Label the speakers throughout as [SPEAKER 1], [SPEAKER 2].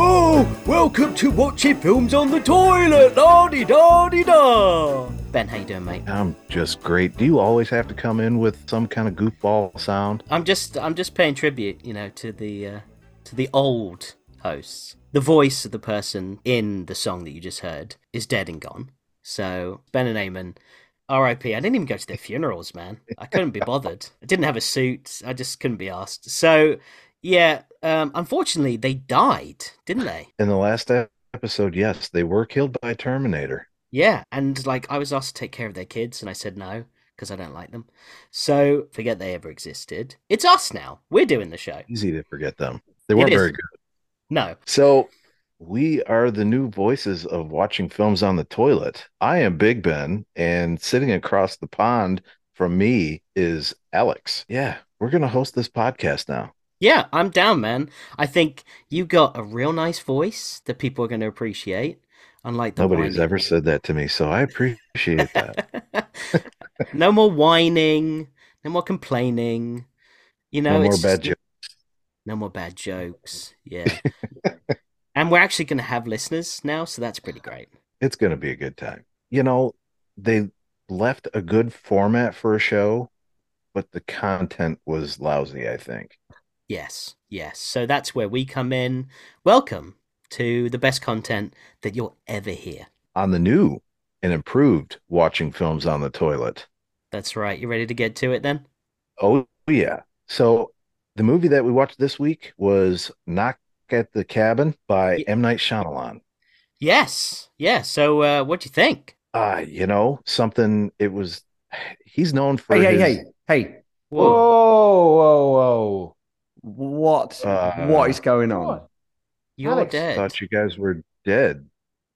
[SPEAKER 1] Oh, welcome to watching films on the toilet. La di da di da.
[SPEAKER 2] Ben, how you doing, mate?
[SPEAKER 3] I'm just great. Do you always have to come in with some kind of goofball sound?
[SPEAKER 2] I'm just I'm just paying tribute, you know, to the uh, to the old hosts. The voice of the person in the song that you just heard is dead and gone. So Ben and Eamon, R.I.P. I didn't even go to their funerals, man. I couldn't be bothered. I didn't have a suit. I just couldn't be asked. So yeah, um, unfortunately, they died, didn't they?
[SPEAKER 3] In the last ep- episode, yes, they were killed by Terminator.
[SPEAKER 2] Yeah, and like I was asked to take care of their kids, and I said no because I don't like them. So forget they ever existed. It's us now. We're doing the show.
[SPEAKER 3] Easy to forget them. They
[SPEAKER 2] It
[SPEAKER 3] weren't
[SPEAKER 2] is.
[SPEAKER 3] very good.
[SPEAKER 2] No,
[SPEAKER 3] So we are the new voices of watching films on the toilet. I am Big Ben, and sitting across the pond from me is Alex. Yeah, we're gonna host this podcast now.
[SPEAKER 2] yeah, I'm down, man. I think you got a real nice voice that people are going to appreciate. Unlike the
[SPEAKER 3] Nobody's
[SPEAKER 2] whining.
[SPEAKER 3] ever said that to me, so I appreciate that.
[SPEAKER 2] no more whining. No more complaining. You know,
[SPEAKER 3] No more
[SPEAKER 2] it's
[SPEAKER 3] bad
[SPEAKER 2] just-
[SPEAKER 3] jokes.
[SPEAKER 2] No more bad jokes. Yeah. and we're actually going to have listeners now, so that's pretty great.
[SPEAKER 3] It's going to be a good time. You know, they left a good format for a show, but the content was lousy, I think.
[SPEAKER 2] Yes, yes. So that's where we come in. Welcome to the best content that you'll ever hear.
[SPEAKER 3] On the new and improved watching films on the toilet.
[SPEAKER 2] That's right. You ready to get to it then?
[SPEAKER 3] Oh, yeah. So the movie that we watched this week was Knock at the Cabin by
[SPEAKER 2] Ye-
[SPEAKER 3] M. Night Shyamalan.
[SPEAKER 2] Yes, yeah. So uh, what do you think?
[SPEAKER 3] Ah, you know, something it was, he's known for
[SPEAKER 1] Hey, hey,
[SPEAKER 3] his,
[SPEAKER 1] hey, hey.
[SPEAKER 2] Whoa.
[SPEAKER 1] Oh,
[SPEAKER 4] Whoa, whoa, whoa.
[SPEAKER 1] What?
[SPEAKER 3] Uh,
[SPEAKER 1] what is going on?
[SPEAKER 4] What?
[SPEAKER 2] You're
[SPEAKER 4] Alex,
[SPEAKER 2] dead.
[SPEAKER 3] thought you guys were dead.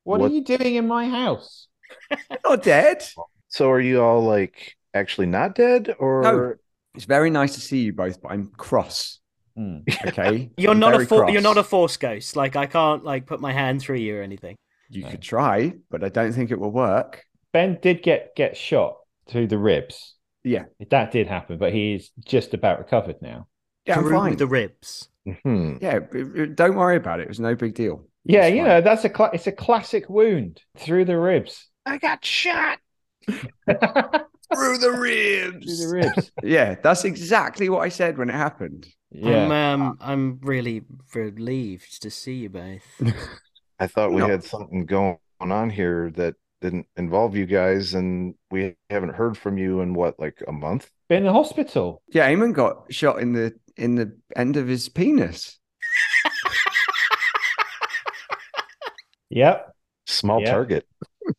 [SPEAKER 4] What,
[SPEAKER 3] What-
[SPEAKER 4] are you doing in my house?
[SPEAKER 1] Not dead.
[SPEAKER 3] So are you all like actually not dead or?
[SPEAKER 1] It's very nice to see you both, but I'm cross.
[SPEAKER 4] Hmm.
[SPEAKER 1] Okay.
[SPEAKER 2] You're
[SPEAKER 1] I'm
[SPEAKER 2] not a
[SPEAKER 1] very
[SPEAKER 2] for- you're
[SPEAKER 1] cross.
[SPEAKER 2] not a force ghost. Like I can't like put my hand through you or anything.
[SPEAKER 1] You could try, but I don't think it will work.
[SPEAKER 4] Ben did get get shot through the ribs.
[SPEAKER 1] Yeah.
[SPEAKER 4] That did happen, but he is just about recovered now.
[SPEAKER 1] Yeah, I'm
[SPEAKER 2] Through
[SPEAKER 1] fine.
[SPEAKER 2] the ribs.
[SPEAKER 3] Hmm.
[SPEAKER 1] Yeah, it- it- don't worry about it. It was no big deal.
[SPEAKER 4] Yeah,
[SPEAKER 1] It's
[SPEAKER 4] you
[SPEAKER 1] fine.
[SPEAKER 4] know, that's a cla- it's a classic wound through the ribs.
[SPEAKER 3] I got shot.
[SPEAKER 4] through the
[SPEAKER 1] Through the ribs.
[SPEAKER 4] ribs.
[SPEAKER 1] Yeah, that's exactly what I said when it happened.
[SPEAKER 4] Yeah.
[SPEAKER 2] I'm um I'm really relieved to see you both.
[SPEAKER 3] I thought we
[SPEAKER 1] No.
[SPEAKER 3] had something going on here that didn't involve you guys, and we haven't heard from you in what, like a month?
[SPEAKER 4] Been in the hospital.
[SPEAKER 1] Yeah, Eamon got shot in the in the end of his penis.
[SPEAKER 4] Yep.
[SPEAKER 3] Small
[SPEAKER 4] Yeah.
[SPEAKER 3] target,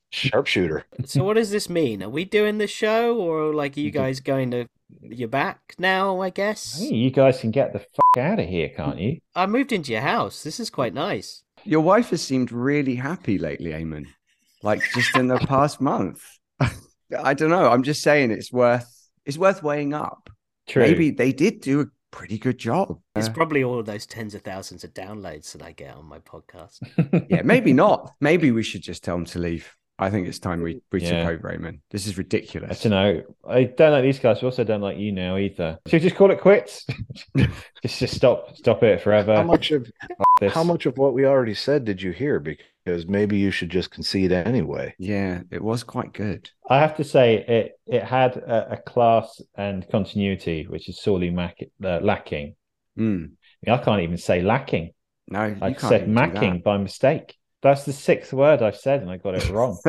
[SPEAKER 3] sharpshooter.
[SPEAKER 2] so what does this mean? Are we doing the show or like are you guys going to you're back now, I
[SPEAKER 4] I
[SPEAKER 2] guess?
[SPEAKER 4] think you guys can get the fuck out of here, can't you?
[SPEAKER 2] I moved into your house. This is quite nice.
[SPEAKER 1] Your wife has seemed really happy lately, Eamon. Like just in the past month. I don't know. I'm just saying it's worth it's worth weighing up.
[SPEAKER 4] True.
[SPEAKER 1] Maybe they did do a pretty good job.
[SPEAKER 2] It's
[SPEAKER 1] Uh,
[SPEAKER 2] probably all of those tens of thousands of downloads that I get on my podcast.
[SPEAKER 1] yeah, maybe not. Maybe we should just tell them to leave. I think it's time we, we
[SPEAKER 4] Yeah.
[SPEAKER 1] took over, Eamon. This is
[SPEAKER 4] I
[SPEAKER 1] ridiculous.
[SPEAKER 4] don't know. I don't like these guys. We also don't like you now either. Should we just call it quits? just, just stop, stop it forever.
[SPEAKER 3] How much of
[SPEAKER 4] Uh, This.
[SPEAKER 3] how much of what we already said did you hear? Because maybe you should just concede anyway.
[SPEAKER 1] Yeah, it was quite good.
[SPEAKER 4] I have to say, it it had a, a class and continuity which is sorely mac- uh, lacking.
[SPEAKER 1] Mm.
[SPEAKER 4] I, mean, I can't even say lacking.
[SPEAKER 1] No, you
[SPEAKER 4] I
[SPEAKER 1] can't
[SPEAKER 4] said
[SPEAKER 1] even do that.
[SPEAKER 4] macking by mistake. That's the sixth word I've said, and I got it wrong.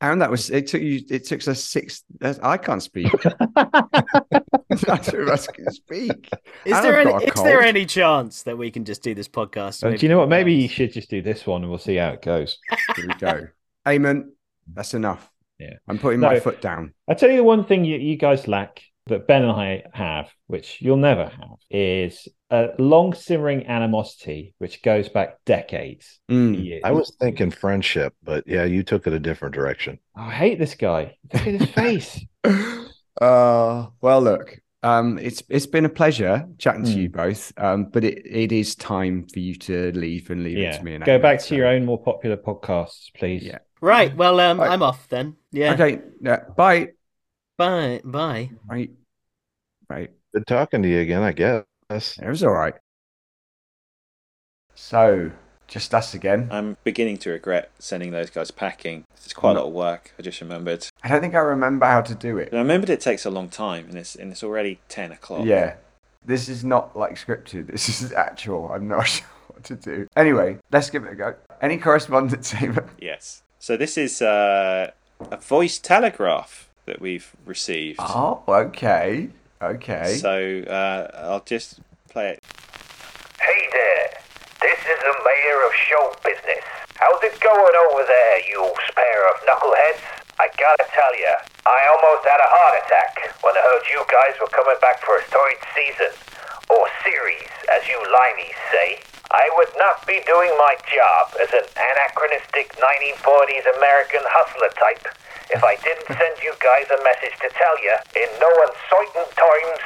[SPEAKER 1] And that was it. Took you. It took us six. That's, I can't speak. I two of us can speak.
[SPEAKER 2] Is
[SPEAKER 1] And
[SPEAKER 2] there
[SPEAKER 1] I've
[SPEAKER 2] any,
[SPEAKER 1] got a Uh,
[SPEAKER 2] is there
[SPEAKER 1] cold.
[SPEAKER 2] any chance that we can just do this podcast?
[SPEAKER 4] And do you know what? Maybe you should just do this one, and we'll see how it goes.
[SPEAKER 1] Here we go. Amen. That's enough.
[SPEAKER 4] Yeah.
[SPEAKER 1] I'm putting
[SPEAKER 4] No.
[SPEAKER 1] my foot down.
[SPEAKER 4] I tell you the one thing you, you guys lack
[SPEAKER 5] that Ben and I have, which you'll never have, is a long simmering animosity which goes back decades.
[SPEAKER 1] Mm.
[SPEAKER 5] Years.
[SPEAKER 3] I was thinking friendship, but yeah, you took it a different direction.
[SPEAKER 5] I hate this guy. Look at his face.
[SPEAKER 1] Uh, well, look, um, it's it's been a pleasure chatting to
[SPEAKER 5] Mm.
[SPEAKER 1] you both, um, but it, it is time for you to leave and leave it
[SPEAKER 5] yeah.
[SPEAKER 1] to me. And
[SPEAKER 5] Go
[SPEAKER 1] Anna,
[SPEAKER 5] back to
[SPEAKER 1] so-
[SPEAKER 5] your own more popular podcasts, please.
[SPEAKER 1] Yeah.
[SPEAKER 2] Right. Well, um,
[SPEAKER 1] Right.
[SPEAKER 2] I'm off then. Yeah.
[SPEAKER 1] Okay, yeah, bye,
[SPEAKER 2] Bye. Bye.
[SPEAKER 1] bye, bye.
[SPEAKER 3] Good talking to you again, I guess.
[SPEAKER 1] It was all right. So, just us again.
[SPEAKER 4] I'm beginning to regret sending those guys packing. It's quite
[SPEAKER 5] Mm.
[SPEAKER 4] a lot of work. I just remembered.
[SPEAKER 1] I don't think I remember how to do it.
[SPEAKER 4] And I remembered it takes a long time, and it's and it's already ten o'clock.
[SPEAKER 1] Yeah. This is not like scripted. This is actual. I'm not sure what to do. Anyway, let's give it a go. Any correspondence, Ava?
[SPEAKER 4] Yes. So this is uh, a voice telegraph that we've received.
[SPEAKER 5] Ah,
[SPEAKER 1] Oh, okay. Okay.
[SPEAKER 4] So uh, I'll just play it.
[SPEAKER 6] Hey there, this is the mayor of show business. How's it going over there, you spare of knuckleheads? I gotta tell ya, I almost had a heart attack when I heard you guys were coming back for a third season, or series, as you limeys say. I would not be doing my job as an anachronistic 1940s American hustler type if I didn't send you guys a message to tell you, in no uncertain times,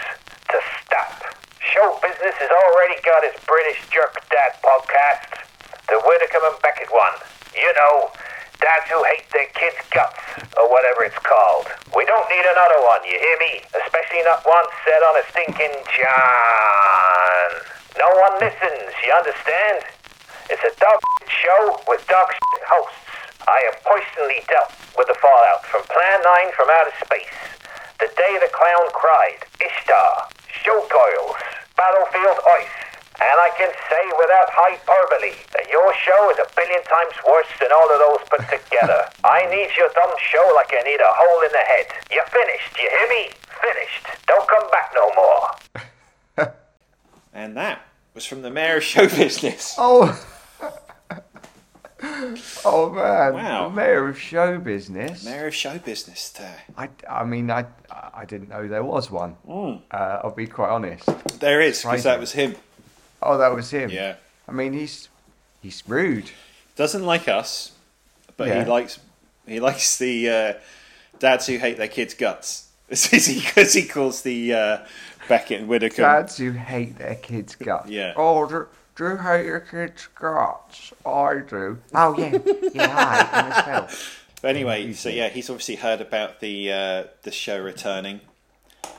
[SPEAKER 6] to stop. Show Business has already got his British Jerk Dad podcast, the Whitaker and Beckett one. You know, dads who hate their kids' guts, or whatever it's called. We don't need another one, you hear me? Especially not one set on a stinking John. No one listens, you understand? It's a dog shit show with dog shit hosts. I have personally dealt with the fallout from Plan 9 from outer space. The Day the Clown Cried, Ishtar, Showgirls, Battlefield Ice. And I can say without hyperbole that your show is a billion times worse than all of those put together. I need your dumb show like I need a hole in the head. You're finished, you hear me? Finished. Don't come back no more.
[SPEAKER 4] And that was from the mayor of show business.
[SPEAKER 1] Oh. oh man.
[SPEAKER 4] Wow.
[SPEAKER 1] The mayor of show business.
[SPEAKER 4] Mayor of show business there.
[SPEAKER 1] I, I mean I I didn't know there was one.
[SPEAKER 4] Mm.
[SPEAKER 1] Uh, I'll be quite honest.
[SPEAKER 4] There is, because that
[SPEAKER 1] Surprising.
[SPEAKER 4] was him.
[SPEAKER 1] Oh, that was him.
[SPEAKER 4] Yeah.
[SPEAKER 1] I mean he's he's rude.
[SPEAKER 4] Doesn't like us, but
[SPEAKER 1] Yeah.
[SPEAKER 4] he likes he likes the uh, dads who hate their kids' guts. Because he calls the uh, Beckett and Whitaker.
[SPEAKER 1] Dads who hate their kids' guts.
[SPEAKER 4] Yeah.
[SPEAKER 1] Oh, do, do you hate your kids' guts? I do. Oh yeah, yeah, I am as well.
[SPEAKER 4] But anyway, so yeah, he's obviously heard about the uh, the show returning,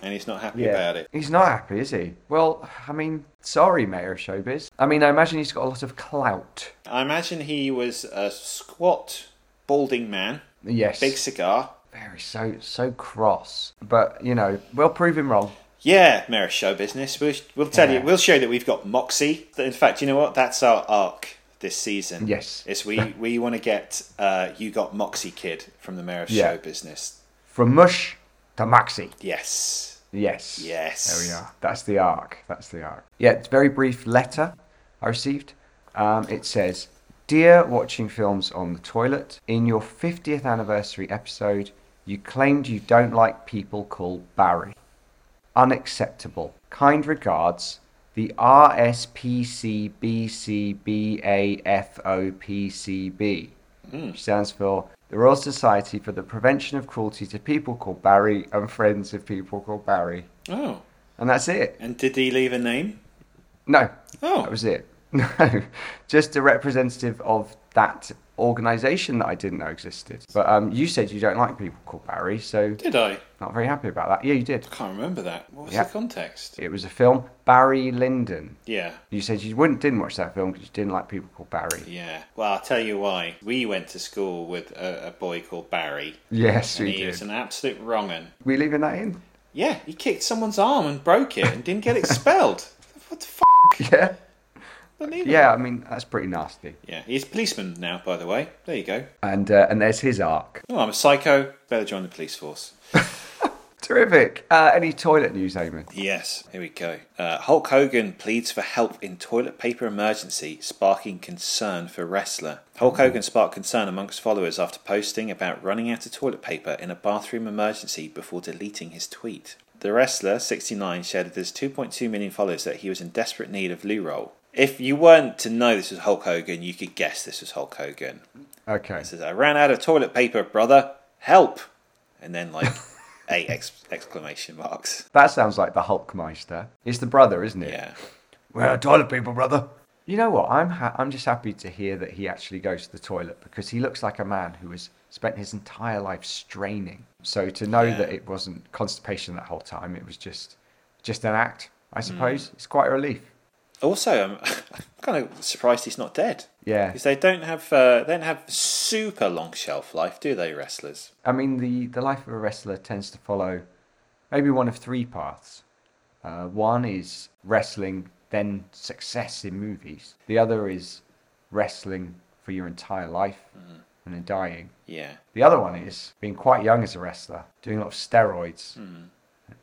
[SPEAKER 4] and he's not happy about it.
[SPEAKER 1] He's not happy, is he? Well, I mean, sorry, Mayor of Showbiz. I mean, I imagine he's got a lot of clout.
[SPEAKER 4] I imagine he was a squat, balding man,
[SPEAKER 1] Yes.
[SPEAKER 4] big cigar.
[SPEAKER 1] Very so so cross. But you know, we'll prove him wrong.
[SPEAKER 4] Yeah, Mayor of Show Business. We'll, we'll tell
[SPEAKER 1] Yeah.
[SPEAKER 4] you. We'll show that we've got moxie. In fact, you know what? That's our arc this season.
[SPEAKER 1] Yes.
[SPEAKER 4] is we we want to get uh, you got moxie kid from the Mayor of
[SPEAKER 1] Yeah.
[SPEAKER 4] Show Business.
[SPEAKER 1] From mush to maxi.
[SPEAKER 4] Yes.
[SPEAKER 1] Yes.
[SPEAKER 4] Yes.
[SPEAKER 1] There we are. That's the arc. That's the arc. Yeah, it's a very brief letter I received. Um, it says, Dear Watching Films on the Toilet, in your 50th anniversary episode, you claimed you don't like people called Barry. Unacceptable. Kind regards, the RSPCBCBAFOPCB, which stands for the Royal Society for the Prevention of Cruelty to People Called Barry and Friends of People Called Barry.
[SPEAKER 4] Oh,
[SPEAKER 1] And that's it.
[SPEAKER 4] and did he leave a name?
[SPEAKER 1] No,
[SPEAKER 4] Oh,
[SPEAKER 1] that was it. No, just a representative of that organisation that I didn't know existed. But um, you said you don't like people called Barry, so
[SPEAKER 4] did I?
[SPEAKER 1] not very happy about that. Yeah, you did.
[SPEAKER 4] Can't remember that. What was
[SPEAKER 1] Yeah.
[SPEAKER 4] the context?
[SPEAKER 1] It was a film, Barry Lyndon.
[SPEAKER 4] Yeah.
[SPEAKER 1] You said you wouldn't didn't watch that film because you didn't like people called Barry.
[SPEAKER 4] Yeah. Well, I'll tell you why. We went to school with a, a boy called Barry,
[SPEAKER 1] Yes,
[SPEAKER 4] and
[SPEAKER 1] we
[SPEAKER 4] he was
[SPEAKER 1] did.
[SPEAKER 4] an absolute wrong'un.
[SPEAKER 1] We leaving that in?
[SPEAKER 4] Yeah, he kicked someone's arm and broke it and didn't get expelled. what the f?
[SPEAKER 1] Yeah,
[SPEAKER 4] Unbelievable.
[SPEAKER 1] yeah. I mean, that's pretty nasty.
[SPEAKER 4] Yeah, he's a policeman now, by the way. There you go.
[SPEAKER 1] And uh, and there's his arc.
[SPEAKER 4] Oh, I'm a psycho. Better join the police force.
[SPEAKER 1] Terrific. Uh, any toilet news, Eamon?
[SPEAKER 4] Yes, here we go. Uh, Hulk Hogan pleads for help in toilet paper emergency, sparking concern for wrestler. Hulk Hogan sparked concern amongst followers after posting about running out of toilet paper in a bathroom emergency before deleting his tweet. The wrestler, 69, shared with his 2.2 million followers that he was in desperate need of loo roll. If you weren't to know this was Hulk Hogan, you could guess this was Hulk Hogan.
[SPEAKER 1] Okay.
[SPEAKER 4] It says, I ran out of toilet paper, brother. Help! And then, like, eight ex- exclamation marks.
[SPEAKER 1] That sounds like the Hulkmeister. It's the brother, isn't it?
[SPEAKER 4] Yeah.
[SPEAKER 1] We're toilet people, brother. You know what? I'm ha- I'm just happy to hear that he actually goes to the toilet because he looks like a man who has spent his entire life straining. So to know
[SPEAKER 4] Yeah.
[SPEAKER 1] that it wasn't constipation that whole time, it was just just an act,
[SPEAKER 4] Mm.
[SPEAKER 1] I suppose. It's quite a relief.
[SPEAKER 4] Also, I'm, I'm kind of surprised he's not dead.
[SPEAKER 1] Yeah.
[SPEAKER 4] Because they don't have uh, they don't have super long shelf life, do they, wrestlers?
[SPEAKER 1] I mean, the, the life of a wrestler tends to follow maybe one of three paths. Uh, one is wrestling, then success in movies. The other is wrestling for your entire life and then dying.
[SPEAKER 4] Yeah.
[SPEAKER 1] The other one is being quite young as a wrestler, doing a lot of steroids,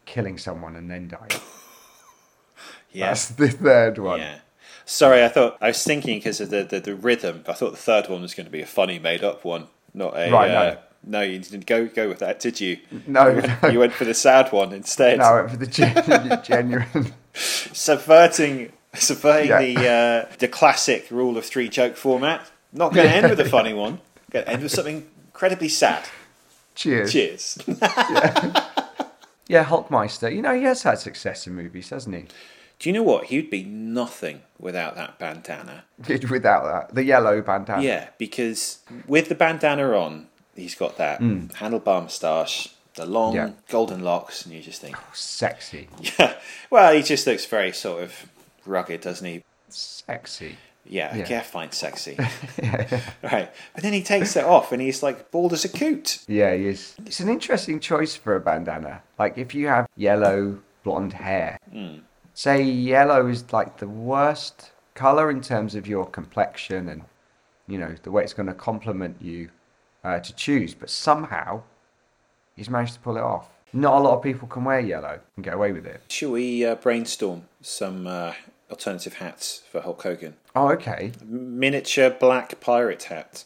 [SPEAKER 1] killing someone and then dying. That's
[SPEAKER 4] Yes.
[SPEAKER 1] the third one.
[SPEAKER 4] Yeah. Sorry, I thought I was thinking because of the, the the rhythm. I thought the third one was going to be a funny made up one, not a.
[SPEAKER 1] Right, no.
[SPEAKER 4] uh, no. you didn't go go with that, did you?
[SPEAKER 1] No,
[SPEAKER 4] You went-
[SPEAKER 1] no.
[SPEAKER 4] you went for the sad one instead.
[SPEAKER 1] Now I went for the gen- genuine.
[SPEAKER 4] subverting subverting
[SPEAKER 1] Yeah.
[SPEAKER 4] the uh, the classic rule of three joke format. Not going to end with a funny one. Going to end with something incredibly sad.
[SPEAKER 1] Cheers.
[SPEAKER 4] Cheers.
[SPEAKER 1] Yeah, Hulkmeister. You know, he has had success in movies, hasn't he?
[SPEAKER 4] Do you know what? He'd be nothing without that bandana.
[SPEAKER 1] Did without that. The yellow bandana.
[SPEAKER 4] Yeah, because with the bandana on, he's got that handlebar moustache, the long
[SPEAKER 1] Hmm. Yeah.
[SPEAKER 4] golden locks, and you just think,
[SPEAKER 1] Sexy.
[SPEAKER 4] yeah. Well, he just looks very sort of rugged, doesn't he?
[SPEAKER 1] Sexy.
[SPEAKER 4] Yeah,
[SPEAKER 1] Yeah.
[SPEAKER 4] yeah, yeah fine, sexy. Right. But then he takes it off and he's like bald as a coot.
[SPEAKER 1] Yeah, he is. It's an interesting choice for a bandana. Like, if you have yellow blonde hair, say yellow is like the worst color in terms of your complexion and, you know, the way it's going to complement you uh, to choose. But somehow, he's managed to pull it off. Not a lot of people can wear yellow and get away with it.
[SPEAKER 4] Shall we uh, brainstorm some uh, alternative hats for Hulk Hogan?
[SPEAKER 1] Oh, okay.
[SPEAKER 4] Miniature black pirate hat.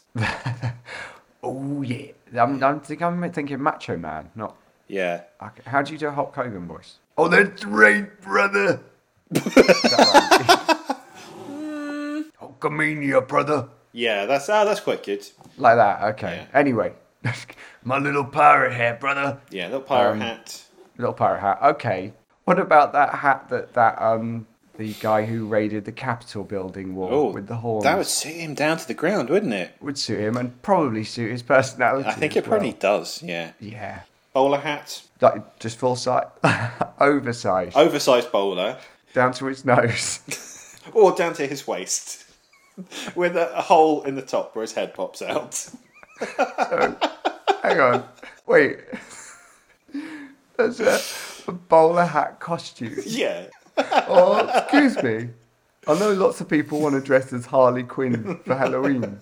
[SPEAKER 1] Oh, yeah. I'm, I'm, think, I'm thinking Macho Man, not.
[SPEAKER 4] Yeah.
[SPEAKER 1] Okay. How do you do a Hulk Hogan voice? Oh, that's right, brother. Hulkamania, brother.
[SPEAKER 4] Yeah, that's ah, that's quite good.
[SPEAKER 1] Like that, okay. Anyway. My little pirate hat, brother.
[SPEAKER 4] Yeah, little pirate
[SPEAKER 1] Um,
[SPEAKER 4] hat.
[SPEAKER 1] Little pirate hat, okay. What about that hat that, that um the guy who raided the Capitol building wore
[SPEAKER 4] Oh,
[SPEAKER 1] with the horns?
[SPEAKER 4] That would suit him down to the ground, wouldn't it?
[SPEAKER 1] Would suit him and probably suit his personality.
[SPEAKER 4] I think
[SPEAKER 1] as
[SPEAKER 4] it probably
[SPEAKER 1] well.
[SPEAKER 4] does. Yeah,
[SPEAKER 1] Yeah.
[SPEAKER 4] bowler hat,
[SPEAKER 1] Like, just full size, oversized,
[SPEAKER 4] oversized bowler,
[SPEAKER 1] down to his nose.
[SPEAKER 4] or down to his waist, with a, a hole in the top where his head pops out.
[SPEAKER 1] Hang on. Wait. That's a, a bowler hat costume.
[SPEAKER 4] Yeah,
[SPEAKER 1] Oh, excuse me. I know lots of people want to dress as Harley Quinn for Halloween.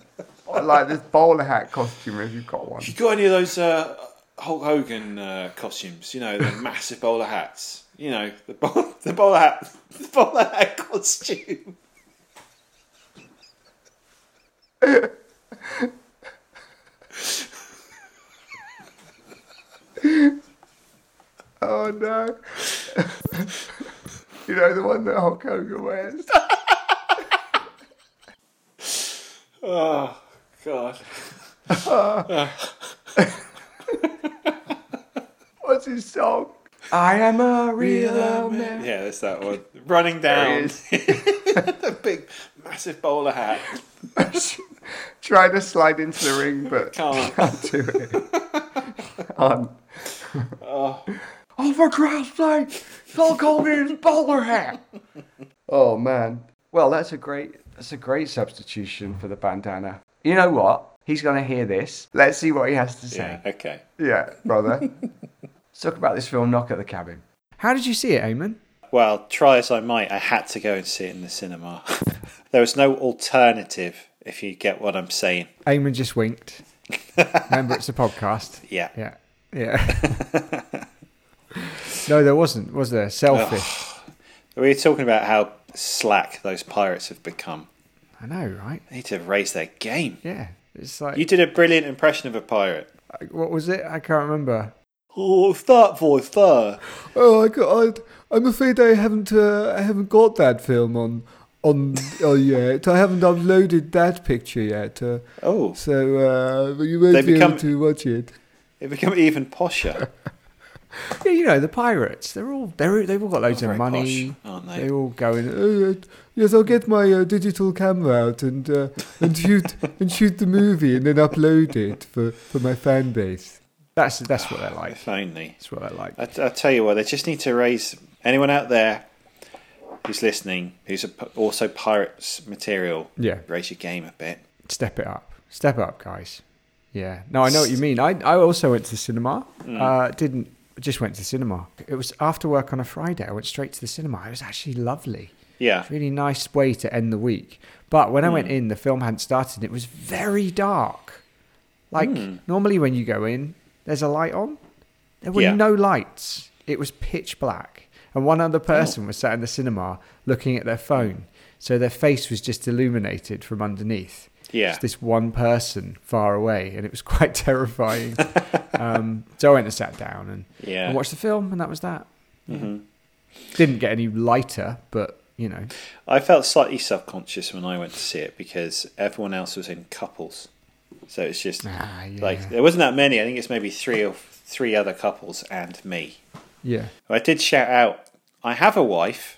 [SPEAKER 1] I like this bowler hat costume if you've got one.
[SPEAKER 4] you got any of those uh, Hulk Hogan uh, costumes? You know, the massive bowler hats. You know, the bowl, the bowler hat, the bowler hat costume.
[SPEAKER 1] Oh no. you know the one that Hulk Hogan wears.
[SPEAKER 4] Oh God,
[SPEAKER 1] What's his song? I am a real American.
[SPEAKER 4] yeah, that's that one. Running down, the big, massive bowler hat.
[SPEAKER 1] Trying to slide into the ring, but
[SPEAKER 4] Can't.
[SPEAKER 1] do it. Um, oh. for Christ's sake! Hulk Hogan's bowler hat. Oh man. Well, that's a great that's a great substitution for the bandana. You know what? He's gonna hear this. Let's see what he has to say.
[SPEAKER 4] Yeah, okay.
[SPEAKER 1] Yeah, brother. Let's talk about this film, Knock at the Cabin. How did you see it, Eamon?
[SPEAKER 4] Well, try as I might, I had to go and see it in the cinema. there was no alternative, if you get what I'm saying.
[SPEAKER 7] Eamon just winked. Remember, it's a podcast.
[SPEAKER 4] Yeah.
[SPEAKER 7] Yeah. Yeah. no, there wasn't, was there? Selfish.
[SPEAKER 4] We were talking about how slack those pirates have become.
[SPEAKER 7] I know, right?
[SPEAKER 4] They need to raise their game.
[SPEAKER 7] Yeah. It's like,
[SPEAKER 4] You did a brilliant impression of a pirate.
[SPEAKER 7] what was it? I can't remember.
[SPEAKER 4] Oh, what's that voice there?
[SPEAKER 1] Oh my god! I'm afraid I haven't. Uh, I haven't got that film on. On oh yet. I haven't uploaded that picture yet. Uh,
[SPEAKER 4] Oh,
[SPEAKER 1] so uh, but you won't
[SPEAKER 4] They
[SPEAKER 1] be
[SPEAKER 4] become-
[SPEAKER 1] able to watch it.
[SPEAKER 4] it become even posher.
[SPEAKER 1] Yeah, you know the pirates. They're all they're they've all got loads
[SPEAKER 4] Oh, very
[SPEAKER 1] of money,
[SPEAKER 4] posh, aren't they?
[SPEAKER 1] They're all going. Oh, uh, yes, I'll get my uh, digital camera out and uh, and shoot and shoot the movie and then upload it for, for my fan base. That's that's what they're like.
[SPEAKER 4] If only.
[SPEAKER 1] That's what they're like.
[SPEAKER 4] I, I tell you what, they just need to raise anyone out there who's listening, who's a, also pirates material.
[SPEAKER 1] Yeah.
[SPEAKER 4] raise your game a bit.
[SPEAKER 1] Step it up. Step it up, guys. Yeah. No, I know what you mean. I I also went to the cinema. Uh, didn't just went to the cinema. It was after work on a Friday. I went straight to the cinema. It was actually lovely.
[SPEAKER 4] Yeah,
[SPEAKER 1] It's a really nice way to end the week. But when I
[SPEAKER 4] Hmm.
[SPEAKER 1] went in, the film hadn't started. and It was very dark. Like
[SPEAKER 4] Hmm.
[SPEAKER 1] normally when you go in, there's a light on. There were
[SPEAKER 4] Yeah.
[SPEAKER 1] no lights. It was pitch black, and one
[SPEAKER 4] Oh.
[SPEAKER 1] other person was sat in the cinema looking at their phone. So their face was just illuminated from underneath.
[SPEAKER 4] Yeah.
[SPEAKER 1] Just this one person far away, and it was quite terrifying. um, so I went and sat down and,
[SPEAKER 4] Yeah. Mm-hmm.
[SPEAKER 1] and watched the film, and that was that. Didn't get any lighter, but you know.
[SPEAKER 4] I felt slightly subconscious when I went to see it because everyone else was in couples, so it's just
[SPEAKER 1] Ah, yeah.
[SPEAKER 4] like there wasn't that many. I think it's maybe three or three other couples and me.
[SPEAKER 1] yeah,
[SPEAKER 4] I did shout out, "I have a wife."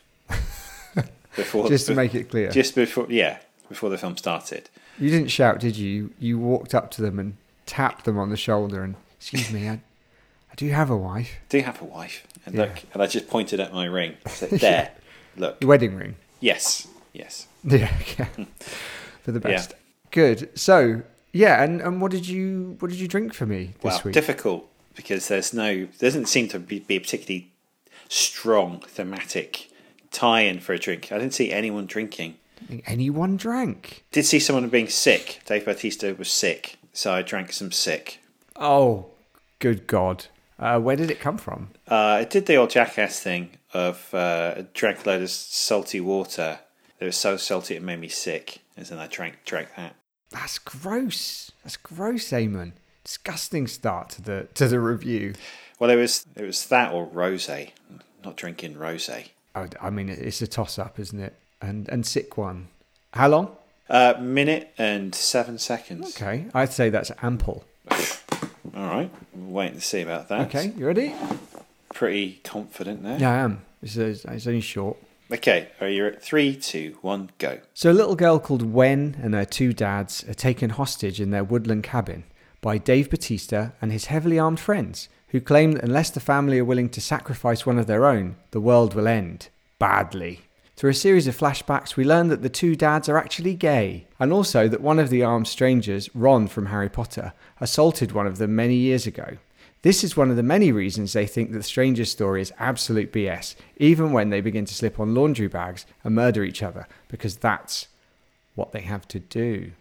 [SPEAKER 4] Before
[SPEAKER 1] just to make it clear,
[SPEAKER 4] just before yeah before the film started.
[SPEAKER 1] you didn't shout, did you? you? You walked up to them and tapped them on the shoulder and, "Excuse me, I, I do have a wife.
[SPEAKER 4] do have a wife. And
[SPEAKER 1] Yeah.
[SPEAKER 4] look, and I just pointed at my ring. I said, there, look.
[SPEAKER 1] Your wedding ring."
[SPEAKER 4] Yes, yes.
[SPEAKER 1] Yeah, yeah. for the best. Good. So yeah, and, and what did you what did you drink for me this
[SPEAKER 4] Well,
[SPEAKER 1] week?
[SPEAKER 4] difficult because there's no, there doesn't seem to be, be a particularly strong thematic tie in for a drink. I didn't see anyone drinking.
[SPEAKER 1] I think Anyone drank?
[SPEAKER 4] Did see someone being sick. Dave Bautista was sick, so I drank some sick.
[SPEAKER 1] Oh, good God! Uh, where did it come from?
[SPEAKER 4] Uh, I did the old jackass thing of uh, I drank a load of salty water. It was so salty it made me sick. And then I drank drank that.
[SPEAKER 1] That's gross. That's gross, Eamon. Disgusting start to the to the review.
[SPEAKER 4] Well, it was it was that or rosé. Not drinking rosé.
[SPEAKER 1] I, I mean, it's a toss up, isn't it? And and sick one. How long?
[SPEAKER 4] Uh, minute and seven seconds.
[SPEAKER 1] Okay, I'd say that's ample.
[SPEAKER 4] All right. We'll wait and see about that.
[SPEAKER 1] Okay, you ready?
[SPEAKER 4] Pretty confident there.
[SPEAKER 1] Yeah, I am. It's, it's only short.
[SPEAKER 4] Okay. Are you at three, two, one, go?
[SPEAKER 1] So, a little girl called Wen and her two dads are taken hostage in their woodland cabin by Dave Batista and his heavily armed friends, who claim that unless the family are willing to sacrifice one of their own, the world will end. Badly. Through a series of flashbacks, we learn that the two dads are actually gay, and also that one of the armed strangers, Ron from Harry Potter, assaulted one of them many years ago. This is one of the many reasons they think that the stranger's story is absolute BS, even when they begin to slip on laundry bags and murder each other, because that's what they have to do.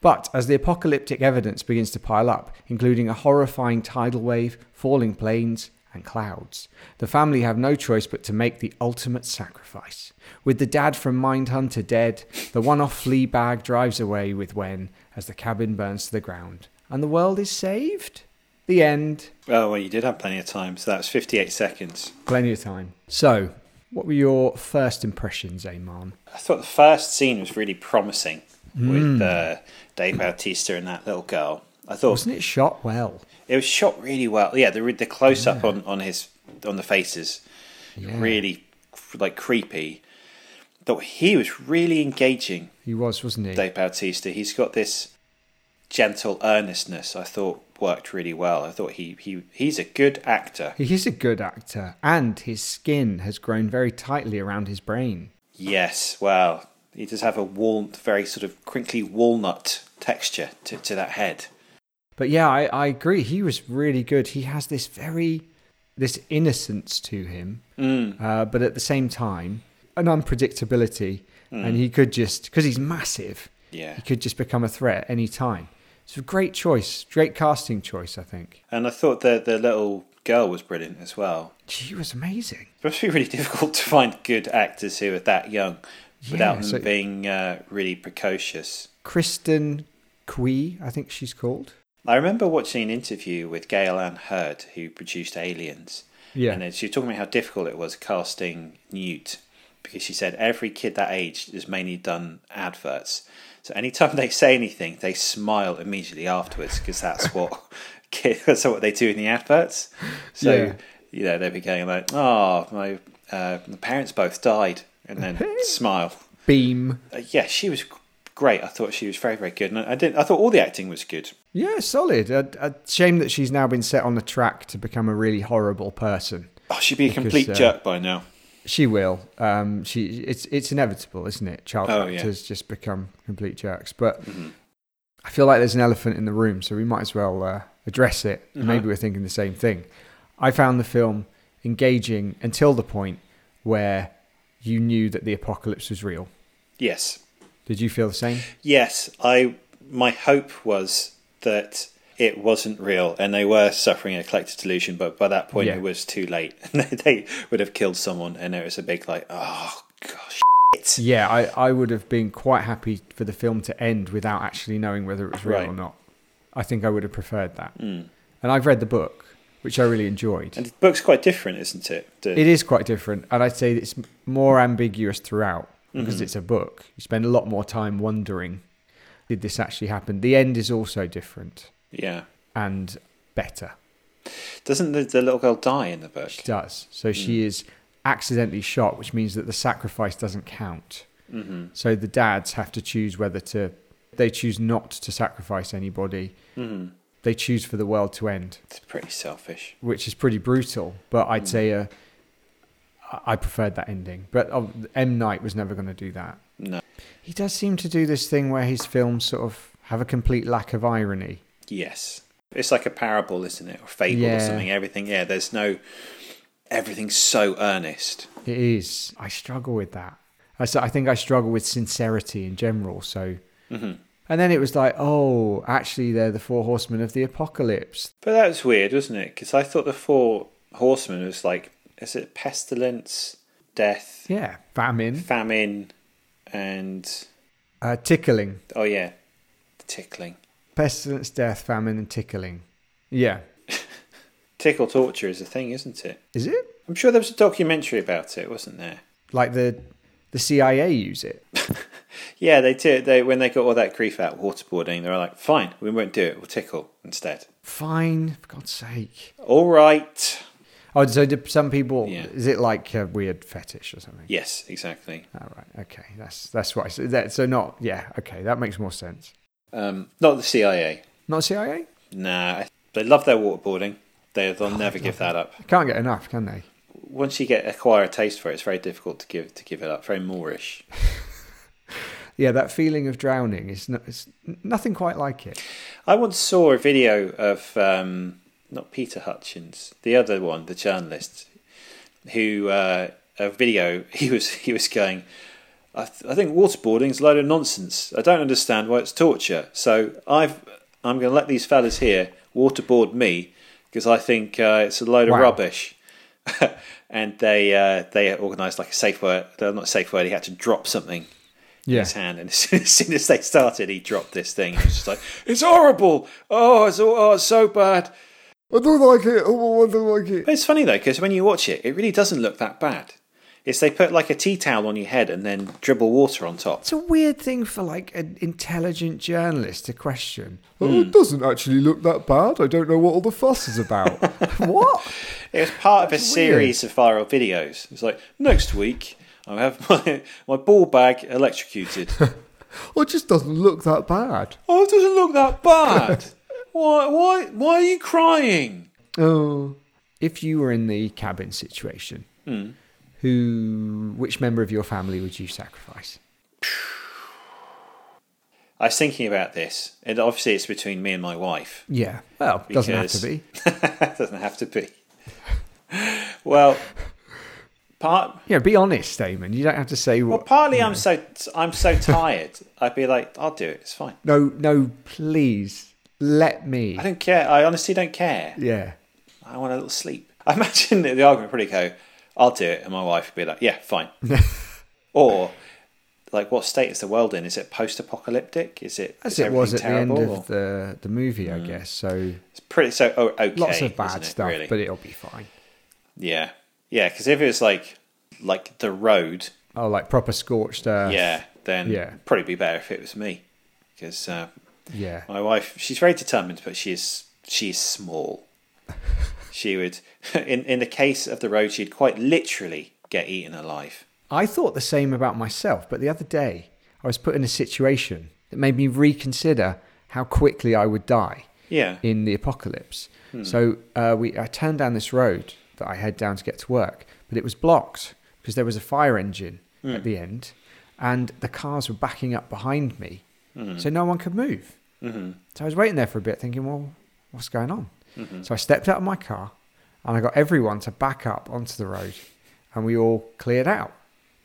[SPEAKER 1] But as the apocalyptic evidence begins to pile up, including a horrifying tidal wave, falling planes, and clouds, the family have no choice but to make the ultimate sacrifice. With the dad from Mindhunter dead, the one off flea bag drives away with Wen as the cabin burns to the ground, and the world is saved. The end.
[SPEAKER 4] Oh, well, you did have plenty of time. So that's 58 seconds.
[SPEAKER 1] Plenty of time. So, what were your first impressions, Amon?
[SPEAKER 4] I thought the first scene was really promising
[SPEAKER 1] Mm.
[SPEAKER 4] with uh, Dave Bautista and that little girl. I thought
[SPEAKER 1] Wasn't it shot well?
[SPEAKER 4] it was shot really well. Yeah, the the close up on, on his on the faces, really like creepy. Thought he was really engaging,
[SPEAKER 1] He was, wasn't he?
[SPEAKER 4] Dave Bautista. He's got this gentle earnestness. I thought worked really well. I thought he he he's a good actor.
[SPEAKER 1] He is a good actor, and his skin has grown very tightly around his brain.
[SPEAKER 4] Yes, well, he does have a warmth, very sort of crinkly walnut texture to, to that head.
[SPEAKER 1] But yeah, I, I agree. He was really good. He has this very, this innocence to him, uh, but at the same time, an unpredictability. And he could just, because he's massive,
[SPEAKER 4] Yeah.
[SPEAKER 1] he could just become a threat at any time. It's a great choice, great casting choice, I think.
[SPEAKER 4] And I thought the the little girl was brilliant as well.
[SPEAKER 1] She was amazing.
[SPEAKER 4] It must be really difficult to find good actors who are that young
[SPEAKER 1] Yeah,
[SPEAKER 4] without them
[SPEAKER 1] so-
[SPEAKER 4] being uh, really precocious.
[SPEAKER 1] Kristen Kui, I think she's called.
[SPEAKER 4] I remember watching an interview with Gail Ann Hurd, who produced Aliens.
[SPEAKER 1] Yeah.
[SPEAKER 4] And then she was talking about how difficult it was casting Newt because she said every kid that age has mainly done adverts. So anytime they say anything, they smile immediately afterwards because that's what kid, that's what they do in the adverts. So
[SPEAKER 1] Yeah.
[SPEAKER 4] you know they'd be going like, "Oh, my uh, my parents both died," and then smile.
[SPEAKER 1] Beam.
[SPEAKER 4] Uh, yeah, she was great. I thought she was very very good, and I did. I thought all the acting was good.
[SPEAKER 1] Yeah, solid. A, a shame that she's now been set on a track to become a really horrible person.
[SPEAKER 4] Oh, she'd be a
[SPEAKER 1] Because,
[SPEAKER 4] complete
[SPEAKER 1] uh,
[SPEAKER 4] jerk by now.
[SPEAKER 1] She will. Um, she it's it's inevitable, isn't it? Child
[SPEAKER 4] Oh, yeah. Mm-hmm.
[SPEAKER 1] actors just become complete jerks. But I feel like there's an elephant in the room, so we might as well uh, address it.
[SPEAKER 4] Uh-huh.
[SPEAKER 1] Maybe we're thinking the same thing. I found the film engaging until the point where you knew that the apocalypse was real.
[SPEAKER 4] Yes,
[SPEAKER 1] Did you feel the same?
[SPEAKER 4] yes. I my hope was that it wasn't real, and they were suffering a collective delusion. But by that point,
[SPEAKER 1] Yeah.
[SPEAKER 4] it was too late, and they would have killed someone. And it was a big like, oh gosh.
[SPEAKER 1] Yeah, I, I would have been quite happy for the film to end without actually knowing whether it was real
[SPEAKER 4] Right. Hmm.
[SPEAKER 1] or not. I think I would have preferred that. And I've read the book, which I really enjoyed.
[SPEAKER 4] And the book's quite different, isn't it? The-
[SPEAKER 1] It is quite different, and I'd say it's m- more ambiguous throughout because
[SPEAKER 4] Mm-hmm.
[SPEAKER 1] it's a book. You spend a lot more time wondering, did this actually happen? The end is also different
[SPEAKER 4] yeah.
[SPEAKER 1] and better.
[SPEAKER 4] Doesn't the, the little girl die in the book?
[SPEAKER 1] She does. So she is accidentally shot, which means that the sacrifice doesn't count. So the dads have to choose whether to. They choose not to sacrifice anybody. They choose for the world to end,
[SPEAKER 4] It's pretty selfish.
[SPEAKER 1] which is pretty brutal. But I'd say uh, I- I preferred that ending. But uh, M. Night was never going to do that.
[SPEAKER 4] No.
[SPEAKER 1] He does seem to do this thing where his films sort of have a complete lack of irony.
[SPEAKER 4] Yes. It's like a parable, isn't it? Or fable
[SPEAKER 1] Yeah.
[SPEAKER 4] or something. Everything, yeah, there's no. Everything's so earnest.
[SPEAKER 1] It is. I struggle with that. I, s- I think I struggle with sincerity in general. So, and then it was like, oh, actually, they're the four horsemen of the apocalypse.
[SPEAKER 4] But that was weird, wasn't it? Because I thought the four horsemen was like, is it pestilence, death,
[SPEAKER 1] Yeah, famine,
[SPEAKER 4] famine, and.
[SPEAKER 1] uh, tickling,
[SPEAKER 4] Oh, yeah, tickling.
[SPEAKER 1] pestilence, death, famine, and tickling. Yeah,
[SPEAKER 4] Tickle torture is a thing, isn't it?
[SPEAKER 1] is it
[SPEAKER 4] I'm sure there was a documentary about it, wasn't there?
[SPEAKER 1] like the the CIA use it?
[SPEAKER 4] Yeah, they did. They when they got all that grief out waterboarding, they were like, "Fine, we won't do it. We'll tickle instead."
[SPEAKER 1] Fine, for God's sake.
[SPEAKER 4] All right.
[SPEAKER 1] Oh, so did some people?
[SPEAKER 4] Yeah.
[SPEAKER 1] Is it like a weird fetish or something?
[SPEAKER 4] Yes, exactly.
[SPEAKER 1] All right. Okay. That's that's why. So, that, so not. Yeah. Okay. That makes more sense.
[SPEAKER 4] Um, not the CIA.
[SPEAKER 1] Not CIA.
[SPEAKER 4] Nah, they love their waterboarding. They they'll never give that up.
[SPEAKER 1] Can't get enough, can they?
[SPEAKER 4] Once you get acquire a taste for it, it's very difficult to give to give it up. Very Moorish.
[SPEAKER 1] Yeah, that feeling of drowning is no, it's nothing quite like it.
[SPEAKER 4] I once saw a video of um, not Peter Hutchins, the other one, the journalist, who uh, a video he was he was going. I, th- I think waterboarding's a load of nonsense. I don't understand why it's torture. So I've I'm going to let these fellas here waterboard me because I think uh, it's a load
[SPEAKER 1] Wow.
[SPEAKER 4] of rubbish. and they uh, they organised like a safe word. No, not a safe word. He had to drop something in
[SPEAKER 1] Yeah.
[SPEAKER 4] his hand. And as soon, as soon as they started, he dropped this thing. It was just like, it's horrible. Oh, it's, oh, it's so bad.
[SPEAKER 1] I don't like it. Oh, I don't like it.
[SPEAKER 4] But it's funny though, because when you watch it, it really doesn't look that bad. It's they put like a tea towel on your head and then dribble water on top.
[SPEAKER 1] It's a weird thing for like an intelligent journalist to question. Oh, it doesn't actually look that bad. I don't know what all the fuss is about. what?
[SPEAKER 4] It was part of a
[SPEAKER 1] weird.
[SPEAKER 4] series of viral videos. It's like, next week, I'll have my, my ball bag electrocuted.
[SPEAKER 1] Well, it just doesn't look that bad.
[SPEAKER 4] oh, it doesn't look that bad. Why, why, why are you crying?
[SPEAKER 1] Oh, if you were in the cabin situation,
[SPEAKER 4] Mm.
[SPEAKER 1] who, which member of your family would you sacrifice?
[SPEAKER 4] I was thinking about this, and obviously it's between me and my wife.
[SPEAKER 1] Yeah. Well, doesn't have to
[SPEAKER 4] Because-
[SPEAKER 1] be.
[SPEAKER 4] doesn't have to be. well, part
[SPEAKER 1] Yeah, be honest, Damon. You don't have to say
[SPEAKER 4] well,
[SPEAKER 1] what.
[SPEAKER 4] partly I'm so I'm so tired. I'd be like, I'll do it. It's fine.
[SPEAKER 1] No, no, please let me.
[SPEAKER 4] I don't care. I honestly don't care.
[SPEAKER 1] Yeah.
[SPEAKER 4] I want a little sleep. I imagine that the argument would probably go, I'll do it, and my wife would be like, Yeah, fine. or Like, what state is the world in? Is it post-apocalyptic? Is it
[SPEAKER 1] As
[SPEAKER 4] is
[SPEAKER 1] it was at
[SPEAKER 4] everything terrible,
[SPEAKER 1] the end of
[SPEAKER 4] or-
[SPEAKER 1] the,
[SPEAKER 4] Mm.
[SPEAKER 1] the movie, I guess. So
[SPEAKER 4] It's pretty so oh, okay.
[SPEAKER 1] lots of bad
[SPEAKER 4] isn't it,
[SPEAKER 1] stuff,
[SPEAKER 4] really?
[SPEAKER 1] but it'll be fine.
[SPEAKER 4] yeah, yeah. Because if it's like like the road,
[SPEAKER 1] Oh, like proper scorched earth.
[SPEAKER 4] yeah, then
[SPEAKER 1] yeah.
[SPEAKER 4] probably be better if it was me because uh,
[SPEAKER 1] Yeah.
[SPEAKER 4] my wife she's very determined, but she is she is small. she would in in the case of the road, she'd quite literally get eaten alive.
[SPEAKER 1] I thought the same about myself, but the other day I was put in a situation that made me reconsider how quickly I would die
[SPEAKER 4] Yeah,
[SPEAKER 1] in the apocalypse. So uh, we, I turned down this road that I head down to get to work, but it was blocked because there was a fire engine at the end, and the cars were backing up behind me, so no one could move. So I was waiting there for a bit, thinking, "Well, what's going on?" So I stepped out of my car, and I got everyone to back up onto the road, and we all cleared out,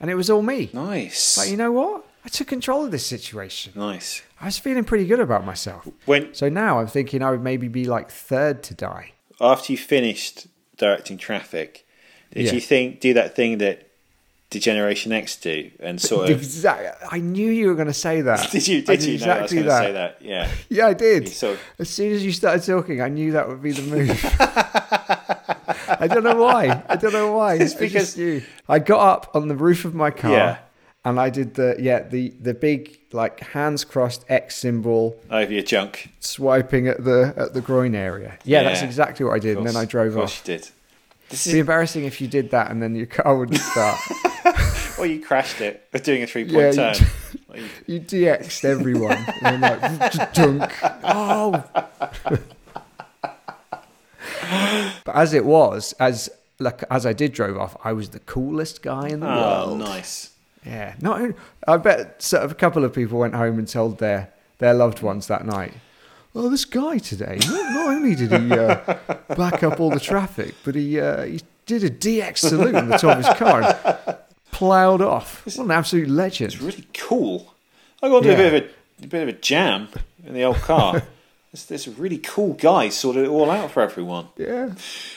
[SPEAKER 1] and it was all me.
[SPEAKER 4] nice,
[SPEAKER 1] But you know what? I took control of this situation.
[SPEAKER 4] nice.
[SPEAKER 1] I was feeling pretty good about myself.
[SPEAKER 4] When
[SPEAKER 1] So now I'm thinking I would maybe be like third to die.
[SPEAKER 4] after you finished directing traffic, did
[SPEAKER 1] Yeah.
[SPEAKER 4] you think do that thing that Degeneration X do and sort of
[SPEAKER 1] Exactly. I knew you were going to say that.
[SPEAKER 4] Did you?
[SPEAKER 1] I
[SPEAKER 4] Did
[SPEAKER 1] knew
[SPEAKER 4] you know I was going to say that? Yeah.
[SPEAKER 1] Yeah, I did.
[SPEAKER 4] You sort of-
[SPEAKER 1] As soon as you started talking, I knew that would be the move. I don't know why. I don't know why. It's
[SPEAKER 4] because-
[SPEAKER 1] you. I got up on the roof of my car
[SPEAKER 4] Yeah.
[SPEAKER 1] and I did the yeah the the big like hands crossed X symbol
[SPEAKER 4] Over your junk.
[SPEAKER 1] swiping at the at the groin area. Yeah, that's
[SPEAKER 4] Yeah.
[SPEAKER 1] exactly what I did. And then I drove
[SPEAKER 4] Of course
[SPEAKER 1] off.
[SPEAKER 4] you did. This
[SPEAKER 1] It'd be
[SPEAKER 4] is,
[SPEAKER 1] embarrassing if you did that and then your car wouldn't start.
[SPEAKER 4] or you crashed it with doing a three
[SPEAKER 1] Yeah,
[SPEAKER 4] point
[SPEAKER 1] you
[SPEAKER 4] turn.
[SPEAKER 1] did.
[SPEAKER 4] Like, you-
[SPEAKER 1] You DX'd everyone. and then like, dunk. Oh. but as it was, as like as I did drove off, I was the coolest guy in the
[SPEAKER 4] Oh,
[SPEAKER 1] world.
[SPEAKER 4] nice.
[SPEAKER 1] Yeah. Not only- I bet sort of a couple of people went home and told their their loved ones that night. Well, this guy today, not, not only did he uh, back up all the traffic, but he uh, he did a DX salute on the top of his car and ploughed off. What an absolute legend.
[SPEAKER 4] Really cool. I got into
[SPEAKER 1] Yeah.
[SPEAKER 4] a bit of a, a bit of a jam in the old car. this, this really cool guy sorted it all out for everyone.
[SPEAKER 1] Yeah.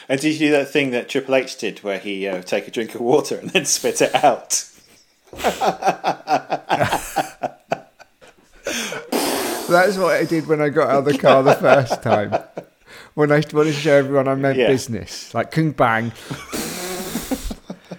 [SPEAKER 4] And did you do that thing that Triple H did, where he uh, would take a drink of water and then spit it out?
[SPEAKER 1] That's what I did when I got out of the car the first time. When I wanted to show everyone I meant
[SPEAKER 4] Yeah.
[SPEAKER 1] business, like kung bang,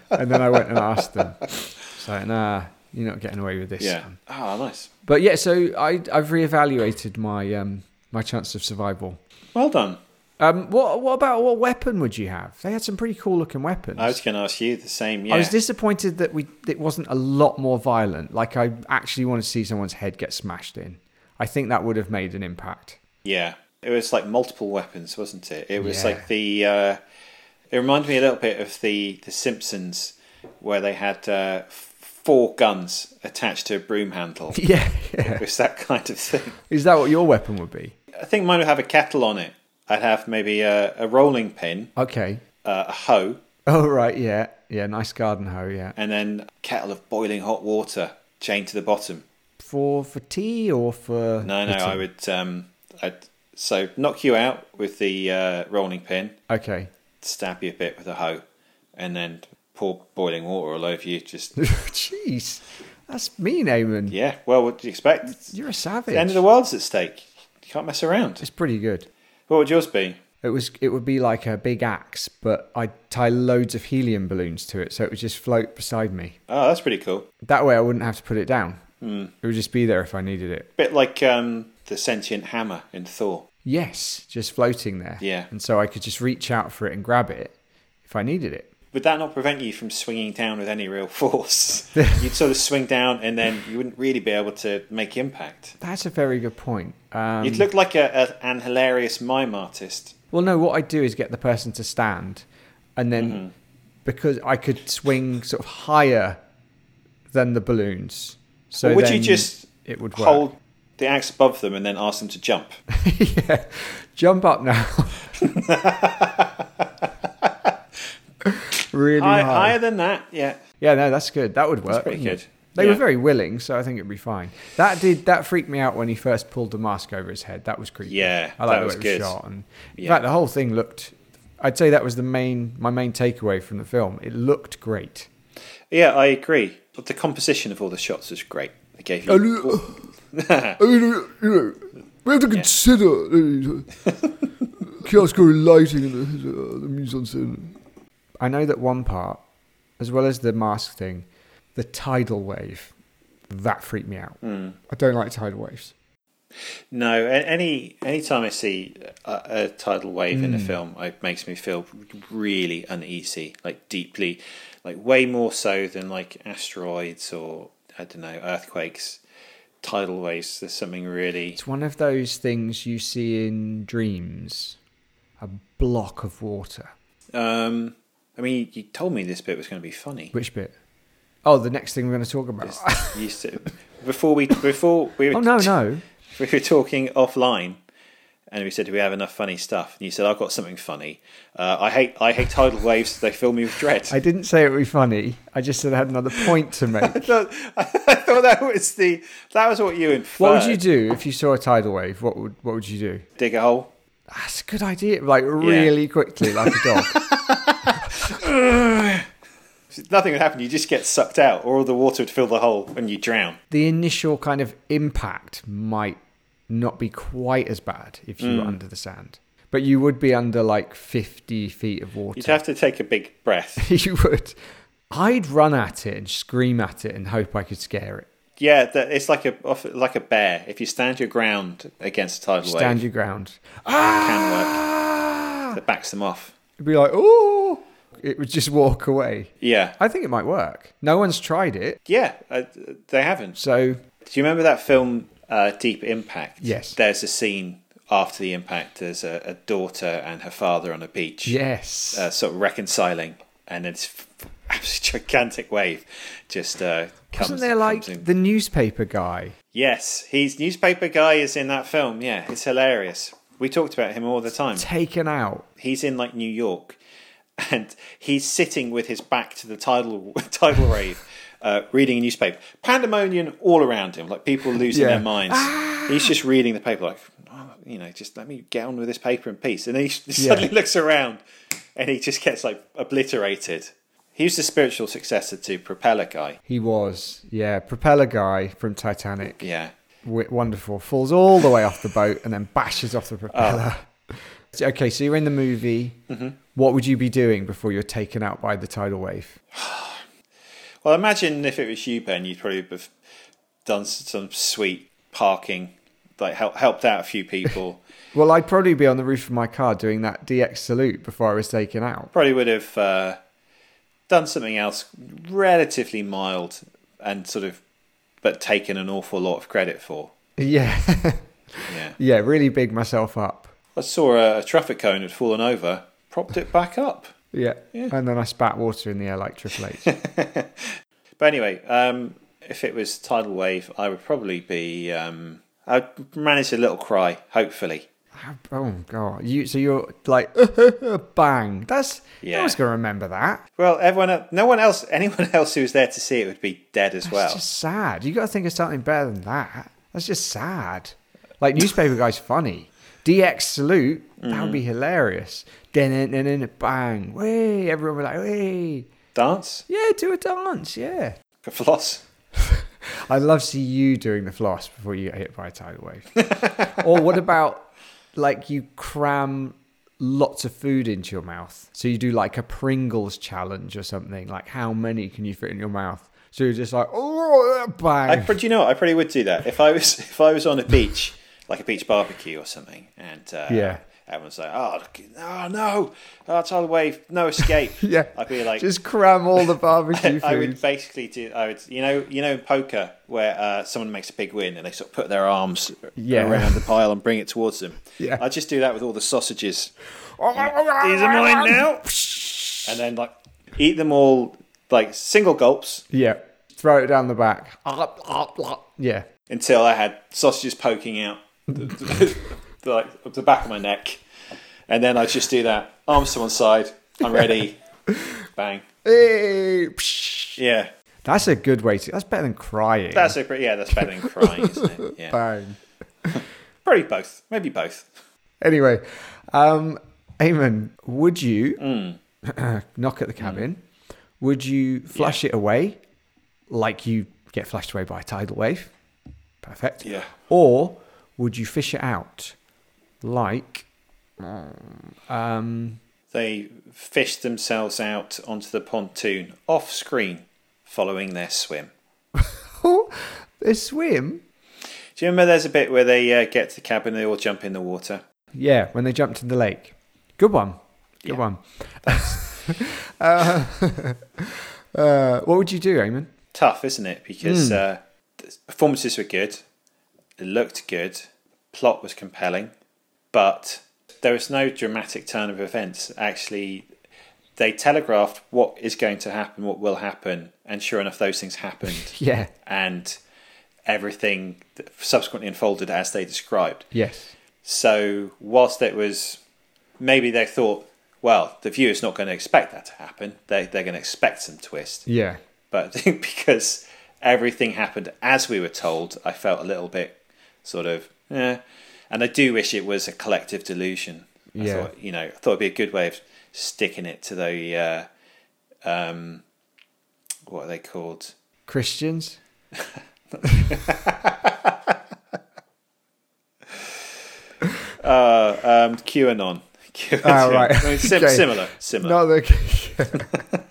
[SPEAKER 1] and then I went and asked them. It's like, nah, you're not getting away with this.
[SPEAKER 4] Yeah.
[SPEAKER 1] son."
[SPEAKER 4] Ah, nice.
[SPEAKER 1] But yeah, so I, I've reevaluated my um, my chance of survival.
[SPEAKER 4] Well done.
[SPEAKER 1] Um, what what about what weapon would you have? They had some pretty cool looking weapons.
[SPEAKER 4] I was going to ask you the same. Yeah.
[SPEAKER 1] I was disappointed that we it wasn't a lot more violent. Like I actually want to see someone's head get smashed in. I think that would have made an impact.
[SPEAKER 4] Yeah, it was like multiple weapons, wasn't it? It was
[SPEAKER 1] Yeah.
[SPEAKER 4] like the. Uh, it reminded me a little bit of the the Simpsons, where they had uh, f- four guns attached to a broom handle.
[SPEAKER 1] Yeah, yeah.
[SPEAKER 4] It was that kind of thing.
[SPEAKER 1] Is that what your weapon would be?
[SPEAKER 4] I think mine would have a kettle on it. I'd have maybe a, a rolling pin,
[SPEAKER 1] Okay.
[SPEAKER 4] uh, a hoe,
[SPEAKER 1] Oh right, yeah, yeah. Nice garden hoe, yeah.
[SPEAKER 4] and then a kettle of boiling hot water chained to the bottom.
[SPEAKER 1] For for tea or for
[SPEAKER 4] No, no,
[SPEAKER 1] knitting?
[SPEAKER 4] I would. Um, I'd so knock you out with the uh, rolling pin.
[SPEAKER 1] Okay.
[SPEAKER 4] stab you a bit with a hoe, and then pour boiling water all over you. Just
[SPEAKER 1] Jeez, that's mean, Eamon.
[SPEAKER 4] yeah, well, what do you expect? It's
[SPEAKER 1] You're a savage.
[SPEAKER 4] the end of the world's at stake. You can't mess around.
[SPEAKER 1] It's pretty good.
[SPEAKER 4] What would yours be?
[SPEAKER 1] It was. It would be like a big axe, but I would tie loads of helium balloons to it, so it would just float beside me.
[SPEAKER 4] Oh, that's pretty cool.
[SPEAKER 1] That way, I wouldn't have to put it down.
[SPEAKER 4] Hmm.
[SPEAKER 1] It would just be there if I needed it.
[SPEAKER 4] Bit like um, the sentient hammer in Thor.
[SPEAKER 1] Yes, just floating there.
[SPEAKER 4] Yeah.
[SPEAKER 1] And so I could just reach out for it and grab it if I needed it.
[SPEAKER 4] Would that not prevent you from swinging down with any real force? You'd sort of swing down, and then you wouldn't really be able to make impact.
[SPEAKER 1] That's a very good point. Um,
[SPEAKER 4] You'd look like a, a, an hilarious mime artist.
[SPEAKER 1] Well, no, what I do is get the person to stand, and then
[SPEAKER 4] Mm-hmm.
[SPEAKER 1] because I could swing sort of higher than the balloons. So
[SPEAKER 4] Or would you
[SPEAKER 1] then
[SPEAKER 4] just
[SPEAKER 1] it would work.
[SPEAKER 4] hold the axe above them and then ask them to jump?
[SPEAKER 1] yeah, jump up now. really
[SPEAKER 4] High,
[SPEAKER 1] high.
[SPEAKER 4] higher than that, yeah.
[SPEAKER 1] Yeah, no, that's good. That would work.
[SPEAKER 4] pretty
[SPEAKER 1] wouldn't
[SPEAKER 4] good.
[SPEAKER 1] it? They were
[SPEAKER 4] Yeah.
[SPEAKER 1] very willing, so I think it'd be fine. That did that freaked me out when he first pulled the mask over his head. That was creepy.
[SPEAKER 4] Yeah,
[SPEAKER 1] I like
[SPEAKER 4] that
[SPEAKER 1] the
[SPEAKER 4] was
[SPEAKER 1] way it
[SPEAKER 4] good.
[SPEAKER 1] was shot. And in
[SPEAKER 4] Yeah.
[SPEAKER 1] fact, the whole thing looked. I'd say that was the main my main takeaway from the film. It looked great.
[SPEAKER 4] Yeah, I agree. But the composition of all the shots was great. They gave
[SPEAKER 1] Oh,
[SPEAKER 8] I
[SPEAKER 4] you. Oh.
[SPEAKER 8] mean, I mean, you know, we have to consider the chiaroscuro lighting and the, uh, the mise en scène.
[SPEAKER 1] I know that one part, as well as the mask thing, the tidal wave, that freaked me out.
[SPEAKER 4] Hmm.
[SPEAKER 1] I don't like tidal waves.
[SPEAKER 4] No, a- any any time I see a, a tidal wave in a
[SPEAKER 1] Hmm.
[SPEAKER 4] film, it makes me feel really uneasy, like deeply, like way more so than like asteroids or I don't know earthquakes. Tidal waves, there's something really
[SPEAKER 1] It's one of those things you see in dreams a block of water.
[SPEAKER 4] Um, I mean, you told me this bit was going to be funny.
[SPEAKER 1] Which bit? Oh, the next thing we're going to talk about.
[SPEAKER 4] You said before we before we were
[SPEAKER 1] oh, no, no.
[SPEAKER 4] we were talking offline, and we said, "Do we have enough funny stuff?" And you said, "I've got something funny. Uh, I hate I hate tidal waves. They fill me with dread."
[SPEAKER 1] I didn't say it would be funny. I just said I had another point to make.
[SPEAKER 4] thought, I thought that was the that was what you inferred.
[SPEAKER 1] what would you do if you saw a tidal wave? What would, what would you do?
[SPEAKER 4] Dig a hole.
[SPEAKER 1] That's a good idea. Like, really quickly, like a dog.
[SPEAKER 4] Nothing would happen. You just get sucked out, or all the water would fill the hole, and you drown.
[SPEAKER 1] the initial kind of impact might not be quite as bad if you were under the sand, but you would be under like 50 feet of water.
[SPEAKER 4] You'd have to take a big breath.
[SPEAKER 1] You would. I'd run at it and scream at it and hope I could scare it.
[SPEAKER 4] Yeah, that, it's like a off- like a bear. If you stand your ground against a tidal
[SPEAKER 1] Stand
[SPEAKER 4] wave,
[SPEAKER 1] your ground.
[SPEAKER 4] can work.
[SPEAKER 1] Ah!
[SPEAKER 4] That backs them off.
[SPEAKER 1] It'd be like, oh, it would just walk away.
[SPEAKER 4] Yeah,
[SPEAKER 1] I think it might work. No one's tried it.
[SPEAKER 4] yeah, uh, they haven't.
[SPEAKER 1] So,
[SPEAKER 4] Do you remember that film uh, Deep Impact?
[SPEAKER 1] Yes.
[SPEAKER 4] There's a scene after the impact. There's a, a daughter and her father on a beach.
[SPEAKER 1] yes.
[SPEAKER 4] Uh, sort of reconciling, and it's f- absolute gigantic wave just uh, comes.
[SPEAKER 1] Wasn't there like
[SPEAKER 4] comes in.
[SPEAKER 1] the newspaper guy?
[SPEAKER 4] yes, he's newspaper guy is in that film. Yeah, it's hilarious. We talked about him all the time.
[SPEAKER 1] Taken out.
[SPEAKER 4] He's in like New York, and he's sitting with his back to the tidal tidal wave, uh, reading a newspaper. Pandemonium all around him, like people losing
[SPEAKER 1] Yeah.
[SPEAKER 4] their minds. He's just reading the paper, like oh, you know, just let me get on with this paper in peace. And then he suddenly looks around, and he just gets like obliterated. He was the spiritual successor to Propeller Guy.
[SPEAKER 1] He was, yeah, propeller guy from Titanic.
[SPEAKER 4] Yeah,
[SPEAKER 1] W- wonderful. Falls all the way off the boat and then bashes off the propeller.
[SPEAKER 4] Oh.
[SPEAKER 1] So- Okay, so you're in the movie.
[SPEAKER 4] Mm-hmm.
[SPEAKER 1] What would you be doing before you're taken out by the tidal wave?
[SPEAKER 4] Well, imagine if it was you, Ben, you'd probably have done s- some sweet parking, like help, helped out a few people.
[SPEAKER 1] Well, I'd probably be on the roof of my car doing that DX salute before I was taken out.
[SPEAKER 4] probably would have uh, done something else relatively mild and sort of, but taken an awful lot of credit for.
[SPEAKER 1] Yeah,
[SPEAKER 4] Yeah.
[SPEAKER 1] yeah, really big myself up.
[SPEAKER 4] I saw a, a traffic cone had fallen over, propped it back up.
[SPEAKER 1] Yeah. and then I spat water in the air like Triple H.
[SPEAKER 4] But anyway, um, if it was tidal wave, I would probably be. Um, I'd manage a little cry, hopefully.
[SPEAKER 1] oh god, you so you're like bang. That's no
[SPEAKER 4] Yeah.
[SPEAKER 1] one's gonna remember that.
[SPEAKER 4] Well, everyone, el- no one else, anyone else who was there to see it would be dead as well.
[SPEAKER 1] That's just sad. You got to think of something better than that. That's just sad. Like newspaper guy's funny. DX salute. That would be hilarious. Then bang. Way. Everyone would be like, way.
[SPEAKER 4] Dance,
[SPEAKER 1] Yeah, do a dance. Yeah.
[SPEAKER 4] floss.
[SPEAKER 1] I love see you doing the floss before you get hit by a tidal wave. or what about like you cram lots of food into your mouth? So you do like a Pringles challenge or something. Like how many can you fit in your mouth? So you're just like, oh, bang.
[SPEAKER 4] I, pro- do you know what? I probably would do that if I was if I was on a beach, like a beach barbecue or something, and uh,
[SPEAKER 1] Yeah.
[SPEAKER 4] everyone's like, "Oh, look, oh no, oh, tidal wave, no escape."
[SPEAKER 1] Yeah.
[SPEAKER 4] I'd be like,
[SPEAKER 1] just cram all the barbecue food.
[SPEAKER 4] I would basically do. I would, you know, you know, in poker where uh, someone makes a big win and they sort of put their arms
[SPEAKER 1] Yeah.
[SPEAKER 4] around the pile and bring it towards them.
[SPEAKER 1] Yeah.
[SPEAKER 4] I just do that with all the sausages. These are mine now, and then like eat them all like single gulps
[SPEAKER 1] Yeah. Throw it down the back. Yeah.
[SPEAKER 4] until I had sausages poking out the, the, the, like, the back of my neck. And then I just do that, arms to one side, I'm ready, bang.
[SPEAKER 1] Hey, psh.
[SPEAKER 4] Yeah,
[SPEAKER 1] That's a good way to. That's better than crying.
[SPEAKER 4] that's a, pretty- yeah, that's better than crying, isn't it? Yeah,
[SPEAKER 1] bang.
[SPEAKER 4] probably both, maybe both.
[SPEAKER 1] Anyway, um, Eamon, would
[SPEAKER 4] Mm.
[SPEAKER 1] you knock at the cabin? Would you flush it away? like you get flashed away by a tidal wave. Perfect.
[SPEAKER 4] Yeah.
[SPEAKER 1] Or would you fish it out like. Um,
[SPEAKER 4] They fish themselves out onto the pontoon off screen following their swim.
[SPEAKER 1] a swim?
[SPEAKER 4] Do you remember there's a bit where they uh, get to the cabin, they all jump in the water?
[SPEAKER 1] Yeah, when they jumped in the lake. Good one. Good
[SPEAKER 4] Yeah.
[SPEAKER 1] one. uh, uh, what would you do, Eamon?
[SPEAKER 4] Tough, isn't it? Because uh, the performances were good, it looked good, plot was compelling, but there was no dramatic turn of events. Actually, they telegraphed what is going to happen, what will happen, and sure enough, those things happened.
[SPEAKER 1] Yeah.
[SPEAKER 4] and everything that subsequently unfolded as they described.
[SPEAKER 1] Yes.
[SPEAKER 4] So, whilst it was maybe they thought, well, the viewer's not going to expect that to happen, they, they're going to expect some twist.
[SPEAKER 1] Yeah.
[SPEAKER 4] But I think because everything happened as we were told, I felt a little bit sort of, eh. And I do wish it was a collective delusion. I
[SPEAKER 1] Yeah.
[SPEAKER 4] thought, you know, I thought it'd be a good way of sticking it to the, uh, um, what are they called?
[SPEAKER 1] Christians?
[SPEAKER 4] Uh, um, QAnon. QAnon.
[SPEAKER 1] Ah, right.
[SPEAKER 4] I mean, sim-
[SPEAKER 1] Okay.
[SPEAKER 4] Similar, similar.
[SPEAKER 1] Not the.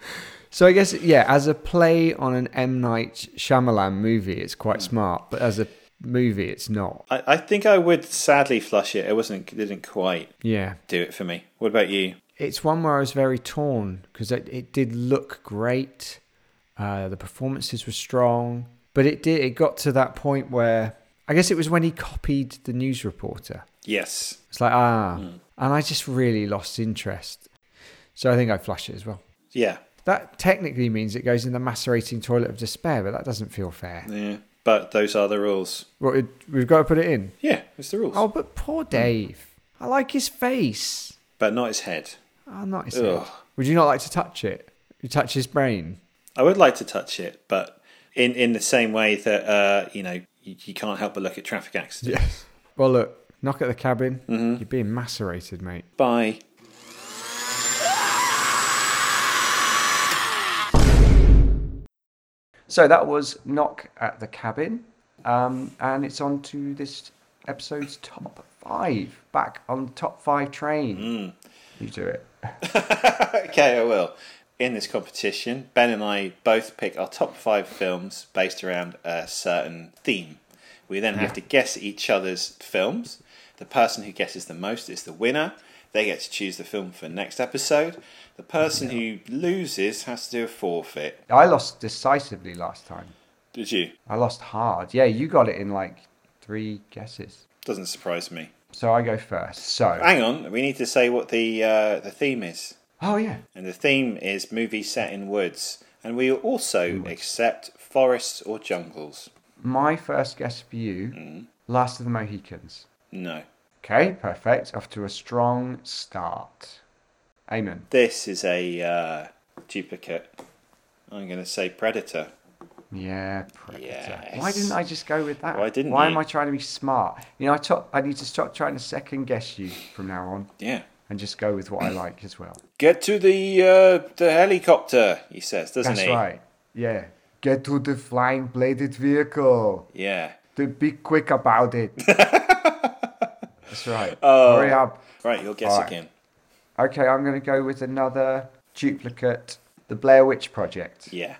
[SPEAKER 1] so I guess yeah, as a play on an M Night Shyamalan movie, it's quite
[SPEAKER 4] Hmm.
[SPEAKER 1] smart, but as a movie, it's not.
[SPEAKER 4] I, I think I would sadly flush it. It wasn't, it didn't quite
[SPEAKER 1] Yeah,
[SPEAKER 4] do it for me. What about you?
[SPEAKER 1] it's one where I was very torn because it, it did look great, uh, the performances were strong, but it did it got to that point where I guess it was when he copied the news reporter.
[SPEAKER 4] Yes.
[SPEAKER 1] It's like ah,
[SPEAKER 4] Hmm.
[SPEAKER 1] and I just really lost interest. So I think I flush it as well.
[SPEAKER 4] Yeah.
[SPEAKER 1] That technically means it goes in the macerating toilet of despair, but that doesn't feel fair.
[SPEAKER 4] Yeah. But those are the rules.
[SPEAKER 1] Well, it, we've got to put it in.
[SPEAKER 4] Yeah, it's the rules.
[SPEAKER 1] Oh, but
[SPEAKER 9] Hmm.
[SPEAKER 1] poor Dave. I like his face.
[SPEAKER 4] But not his head.
[SPEAKER 1] Oh, not his
[SPEAKER 4] Ugh.
[SPEAKER 1] head. Would you not like to touch it? You touch his brain.
[SPEAKER 4] I would like to touch it, but in, in the same way that, uh, you know, you, you can't help but look at traffic accidents.
[SPEAKER 1] Yes. Well, look, knock at the cabin.
[SPEAKER 9] Mm-hmm.
[SPEAKER 1] You're being macerated, mate.
[SPEAKER 4] Bye.
[SPEAKER 9] So that was Knock at the Cabin. Um, and it's on to this episode's top five. Back on the top five train. You do it.
[SPEAKER 4] okay, I will. In this competition, Ben and I both pick our top five films based around a certain theme. We then have to guess each other's films. The person who guesses the most is the winner. They get to choose the film for next episode. The person who loses has to do a forfeit.
[SPEAKER 9] I lost decisively last time.
[SPEAKER 4] Did you?
[SPEAKER 9] I lost hard. Yeah, you got it in like three guesses.
[SPEAKER 4] Doesn't surprise me.
[SPEAKER 9] So I go first. So.
[SPEAKER 4] Hang on, we need to say what the uh, the theme is.
[SPEAKER 9] Oh, yeah.
[SPEAKER 4] And the theme is movie set in woods. And we also accept forests or jungles.
[SPEAKER 9] My first guess for you
[SPEAKER 4] Mm.
[SPEAKER 9] Last of the Mohicans.
[SPEAKER 4] No.
[SPEAKER 9] Okay, perfect. Off to a strong start. Amen.
[SPEAKER 4] This is a uh, duplicate. I'm going to say Predator.
[SPEAKER 9] Yeah, Predator. Why
[SPEAKER 4] Yes.
[SPEAKER 9] didn't I just go with that?
[SPEAKER 4] Why didn't
[SPEAKER 9] Why
[SPEAKER 4] you?
[SPEAKER 9] am I trying to be smart? You know, I, to- I need to stop trying to second guess you from now on
[SPEAKER 4] Yeah.
[SPEAKER 9] and just go with what I like as well.
[SPEAKER 4] Get to the uh, the helicopter, he says, doesn't
[SPEAKER 9] That's
[SPEAKER 4] he?
[SPEAKER 9] right. Yeah. Get to the flying bladed vehicle.
[SPEAKER 4] Yeah.
[SPEAKER 9] Do- Be quick about it. That's right.
[SPEAKER 4] Oh.
[SPEAKER 9] Hurry up.
[SPEAKER 4] Right, you'll guess
[SPEAKER 9] Alright.
[SPEAKER 4] again.
[SPEAKER 9] Okay, I'm going to go with another duplicate The Blair Witch Project.
[SPEAKER 4] Yeah.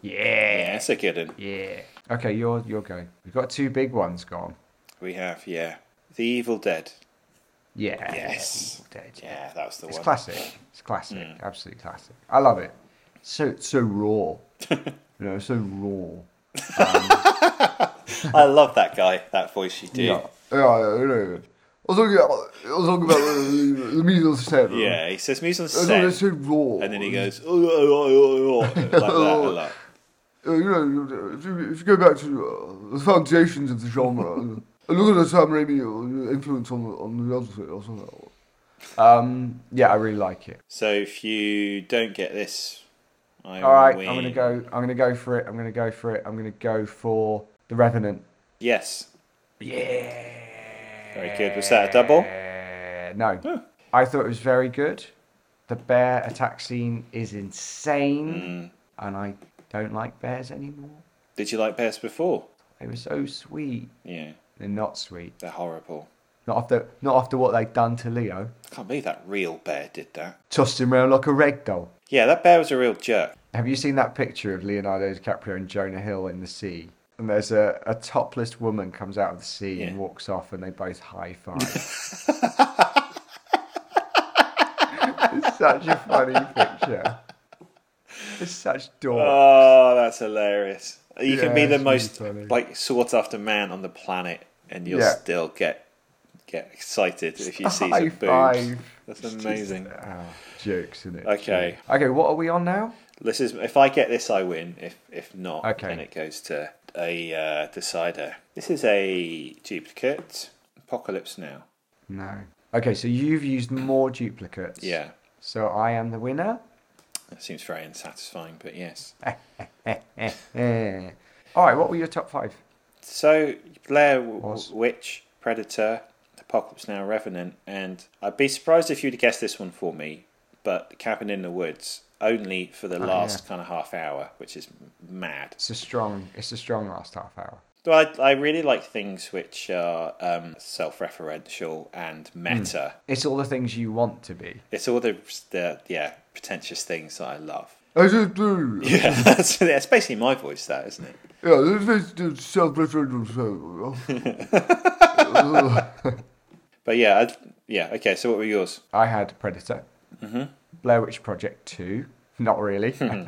[SPEAKER 9] Yeah.
[SPEAKER 4] Yeah, that's a good one.
[SPEAKER 9] Yeah. Okay, you're you're going. We've got two big ones gone.
[SPEAKER 4] We have, yeah. The Evil Dead.
[SPEAKER 9] Yeah.
[SPEAKER 4] Yes.
[SPEAKER 9] Evil Dead.
[SPEAKER 4] Yeah, that was the
[SPEAKER 9] It's
[SPEAKER 4] one. Hmm.
[SPEAKER 9] classic. It's classic. Absolutely classic. I love it. So it's so raw. you know, so raw.
[SPEAKER 4] I love that guy, that voice you do.
[SPEAKER 9] Yeah.
[SPEAKER 8] Yeah, Oh, yeah, yeah. I was talking about, I was talking about uh, the meat on the set.
[SPEAKER 4] Yeah, he says music on
[SPEAKER 8] I thought it's
[SPEAKER 4] set.
[SPEAKER 8] so raw.
[SPEAKER 4] And then he goes, oh, oh, oh, oh, oh, like that a lot.
[SPEAKER 8] Uh, you know, if you, if you go back to uh, the foundations of the genre, and look at the Sam Raimi uh, influence on, on the other thing or something.
[SPEAKER 9] Um, yeah, I really like it.
[SPEAKER 4] So if you don't get this, I
[SPEAKER 9] All right,
[SPEAKER 4] win.
[SPEAKER 9] I'm gonna go. I'm gonna go for it. I'm gonna go for it. I'm gonna go for the Revenant.
[SPEAKER 4] Yes. Yeah. Very good. Was that a double?
[SPEAKER 9] Uh, no, I thought it was very good. The bear attack scene is insane, and I
[SPEAKER 1] don't like bears anymore.
[SPEAKER 4] Did you like bears before?
[SPEAKER 1] They were so sweet.
[SPEAKER 4] Yeah,
[SPEAKER 1] They're not sweet.
[SPEAKER 4] they're horrible.
[SPEAKER 1] Not after, not after what they've done to Leo.
[SPEAKER 4] I can't believe that real bear did that.
[SPEAKER 1] Tossed him around like a rag doll.
[SPEAKER 4] Yeah, that bear was a real jerk.
[SPEAKER 1] Have you seen that picture of Leonardo DiCaprio and Jonah Hill in the sea? And there's a, a topless woman comes out of the sea and
[SPEAKER 4] Yeah.
[SPEAKER 1] walks off, and they both high five. it's such a funny picture. It's such dork.
[SPEAKER 4] Oh, that's hilarious. You can be
[SPEAKER 1] Yeah,
[SPEAKER 4] the
[SPEAKER 1] it's
[SPEAKER 4] most
[SPEAKER 1] really funny.
[SPEAKER 4] like sought after man on the planet, and you'll
[SPEAKER 1] Yeah.
[SPEAKER 4] still get get excited if you
[SPEAKER 1] Just
[SPEAKER 4] see
[SPEAKER 1] high
[SPEAKER 4] some boobs.
[SPEAKER 1] five.
[SPEAKER 4] That's amazing.
[SPEAKER 1] Oh, jokes, isn't it?
[SPEAKER 4] Uh, Okay.
[SPEAKER 1] Okay, what are we on now?
[SPEAKER 4] This is if I get this, I win. If if not,
[SPEAKER 1] Okay.
[SPEAKER 4] then it goes to a uh, decider. This is a duplicate. Apocalypse now.
[SPEAKER 1] No. Okay, so you've used more duplicates.
[SPEAKER 4] Yeah,
[SPEAKER 1] So I am the winner.
[SPEAKER 4] that seems very unsatisfying, but yes.
[SPEAKER 1] Eh. All right, what were your top five?
[SPEAKER 4] So Blair W-
[SPEAKER 1] Was-
[SPEAKER 4] Witch, Predator, Apocalypse Now, Revenant, and I'd be surprised if you'd have guessed this one for me, but Cabin in the Woods only for
[SPEAKER 1] Oh,
[SPEAKER 4] the last kind of half hour, which is m- mad.
[SPEAKER 1] It's a strong. It's a strong last half hour.
[SPEAKER 4] Well, I, I really like things which are um, self-referential and
[SPEAKER 1] Hmm.
[SPEAKER 4] meta.
[SPEAKER 1] It's all the things you want to be.
[SPEAKER 4] It's all the, the yeah pretentious things that I love.
[SPEAKER 8] I just do. Yeah,
[SPEAKER 4] Yeah, that's, that's basically my voice, that isn't it?
[SPEAKER 8] this is self-referential uh, show.
[SPEAKER 4] But yeah, I, yeah. Okay, so what were yours?
[SPEAKER 1] I had Predator, mm-hmm. Blair Witch Project Two, not really.
[SPEAKER 4] Hmm.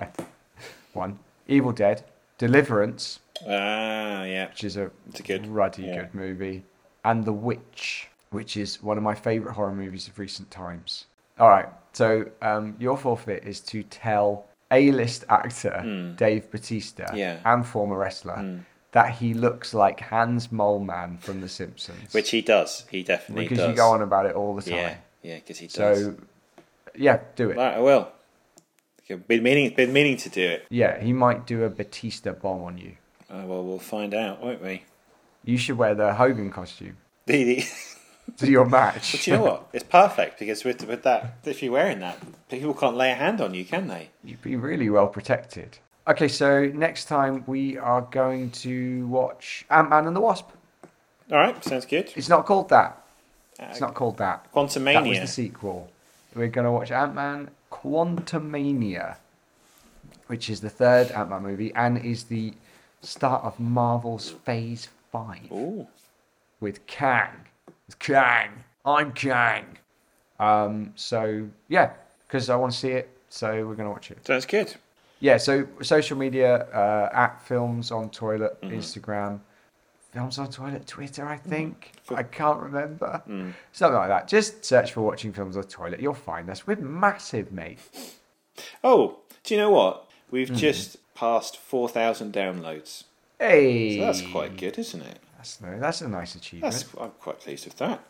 [SPEAKER 1] One, Evil Dead, Deliverance,
[SPEAKER 4] Ah, yeah.
[SPEAKER 1] which is a,
[SPEAKER 4] a good-
[SPEAKER 1] ruddy
[SPEAKER 4] yeah.
[SPEAKER 1] good movie, and The Witch, which is one of my favourite horror movies of recent times. All right, so um, your forfeit is to tell A-list actor Dave Batista
[SPEAKER 4] Hmm. Yeah. Hmm.
[SPEAKER 1] and former wrestler that he looks like Hans Moleman from The Simpsons,
[SPEAKER 4] Which he does. He definitely
[SPEAKER 1] because
[SPEAKER 4] does.
[SPEAKER 1] you go on about it all the time.
[SPEAKER 4] Yeah, yeah, because he does.
[SPEAKER 1] So, yeah, do it.
[SPEAKER 4] All right, I will. Okay, Been meaning, been meaning to do it.
[SPEAKER 1] Yeah, he might do a Batista bomb on you.
[SPEAKER 4] Oh, well, we'll find out, won't we?
[SPEAKER 1] You should wear the Hogan costume
[SPEAKER 4] The- the-
[SPEAKER 1] to your match.
[SPEAKER 4] but you know what? It's perfect because with with that, if you're wearing that, people can't lay a hand on you, can they?
[SPEAKER 1] You'd be really well protected. Okay, so next time we are going to watch Ant Man and the Wasp.
[SPEAKER 4] All right, sounds good.
[SPEAKER 1] It's not called that. It's not called that. That was the
[SPEAKER 4] Uh, Quantumania.
[SPEAKER 1] sequel. We're going to watch Ant Man Quantumania, which is the third Ant Man movie and is the start of Marvel's Phase 5
[SPEAKER 4] Ooh,
[SPEAKER 1] with Kang. It's Kang. I'm Kang. Um, so, yeah, because I want to see it, so we're going to watch it.
[SPEAKER 4] sounds good.
[SPEAKER 1] Yeah, so social media uh, at Films on Toilet,
[SPEAKER 4] Mm-hmm.
[SPEAKER 1] Instagram, Films on Toilet, Twitter,
[SPEAKER 4] Mm.
[SPEAKER 1] I think. I can't remember. Something like that. Just search for Watching Films on Toilet. You'll find us. We're massive, mate.
[SPEAKER 4] Oh, do you know what? We've
[SPEAKER 1] Mm.
[SPEAKER 4] just passed four thousand downloads.
[SPEAKER 1] Hey.
[SPEAKER 4] So that's quite good, isn't it?
[SPEAKER 1] That's, no, that's a nice achievement.
[SPEAKER 4] That's I'm quite pleased with that.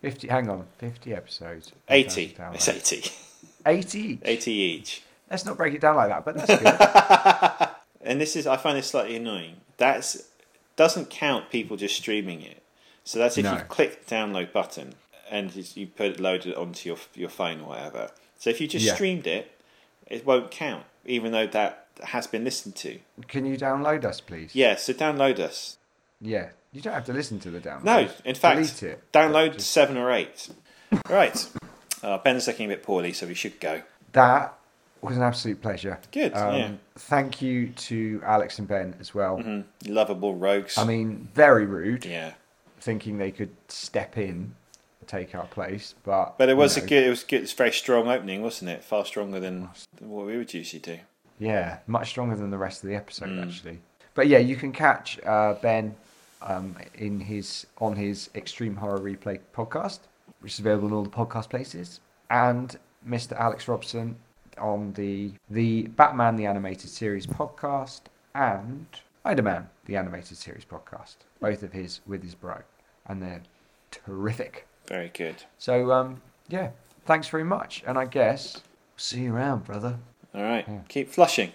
[SPEAKER 1] 50, hang on, 50 episodes.
[SPEAKER 4] 80.
[SPEAKER 1] 1,000
[SPEAKER 4] It's
[SPEAKER 1] downloads.
[SPEAKER 4] 80.
[SPEAKER 1] 80.
[SPEAKER 4] 80 each.
[SPEAKER 1] Let's not break it down like that, but that's good.
[SPEAKER 4] And this is I find this slightly annoying. That's doesn't count people just streaming it. So that's if
[SPEAKER 1] No.
[SPEAKER 4] you click the download button and you- you put it loaded onto your your phone or whatever. So if you just
[SPEAKER 1] Yeah.
[SPEAKER 4] streamed it, it won't count, even though that has been listened to.
[SPEAKER 1] Can you download us, please?
[SPEAKER 4] Yeah, so download us.
[SPEAKER 1] Yeah. You don't have to listen to the download.
[SPEAKER 4] No, in fact,
[SPEAKER 1] Delete it.
[SPEAKER 4] download seven or eight. Right. Uh, Ben's looking a bit poorly, so we should go.
[SPEAKER 1] That was an absolute pleasure. Um,
[SPEAKER 4] Good, yeah.
[SPEAKER 1] Thank you to Alex and Ben as well.
[SPEAKER 4] Mm, Lovable rogues.
[SPEAKER 1] I mean, very rude,
[SPEAKER 4] yeah.
[SPEAKER 1] thinking they could step in, take our place, but
[SPEAKER 4] But it was
[SPEAKER 1] you
[SPEAKER 4] a
[SPEAKER 1] know,
[SPEAKER 4] good, it was good, it was a very strong opening, wasn't it? Far stronger than, than what we would usually do.
[SPEAKER 1] yeah, much stronger than the rest of the episode actually. But yeah, you can catch uh, Ben um, in his on his Extreme Horror Replay podcast, which is available in all the podcast places, and Mr. Alex Robson on the the Batman the Animated Series podcast and Spider Man the Animated Series podcast, both of his with his bro, and they're terrific.
[SPEAKER 4] Very good.
[SPEAKER 1] So um, yeah, thanks very much, and I guess see you around, brother.
[SPEAKER 4] All right, keep flushing.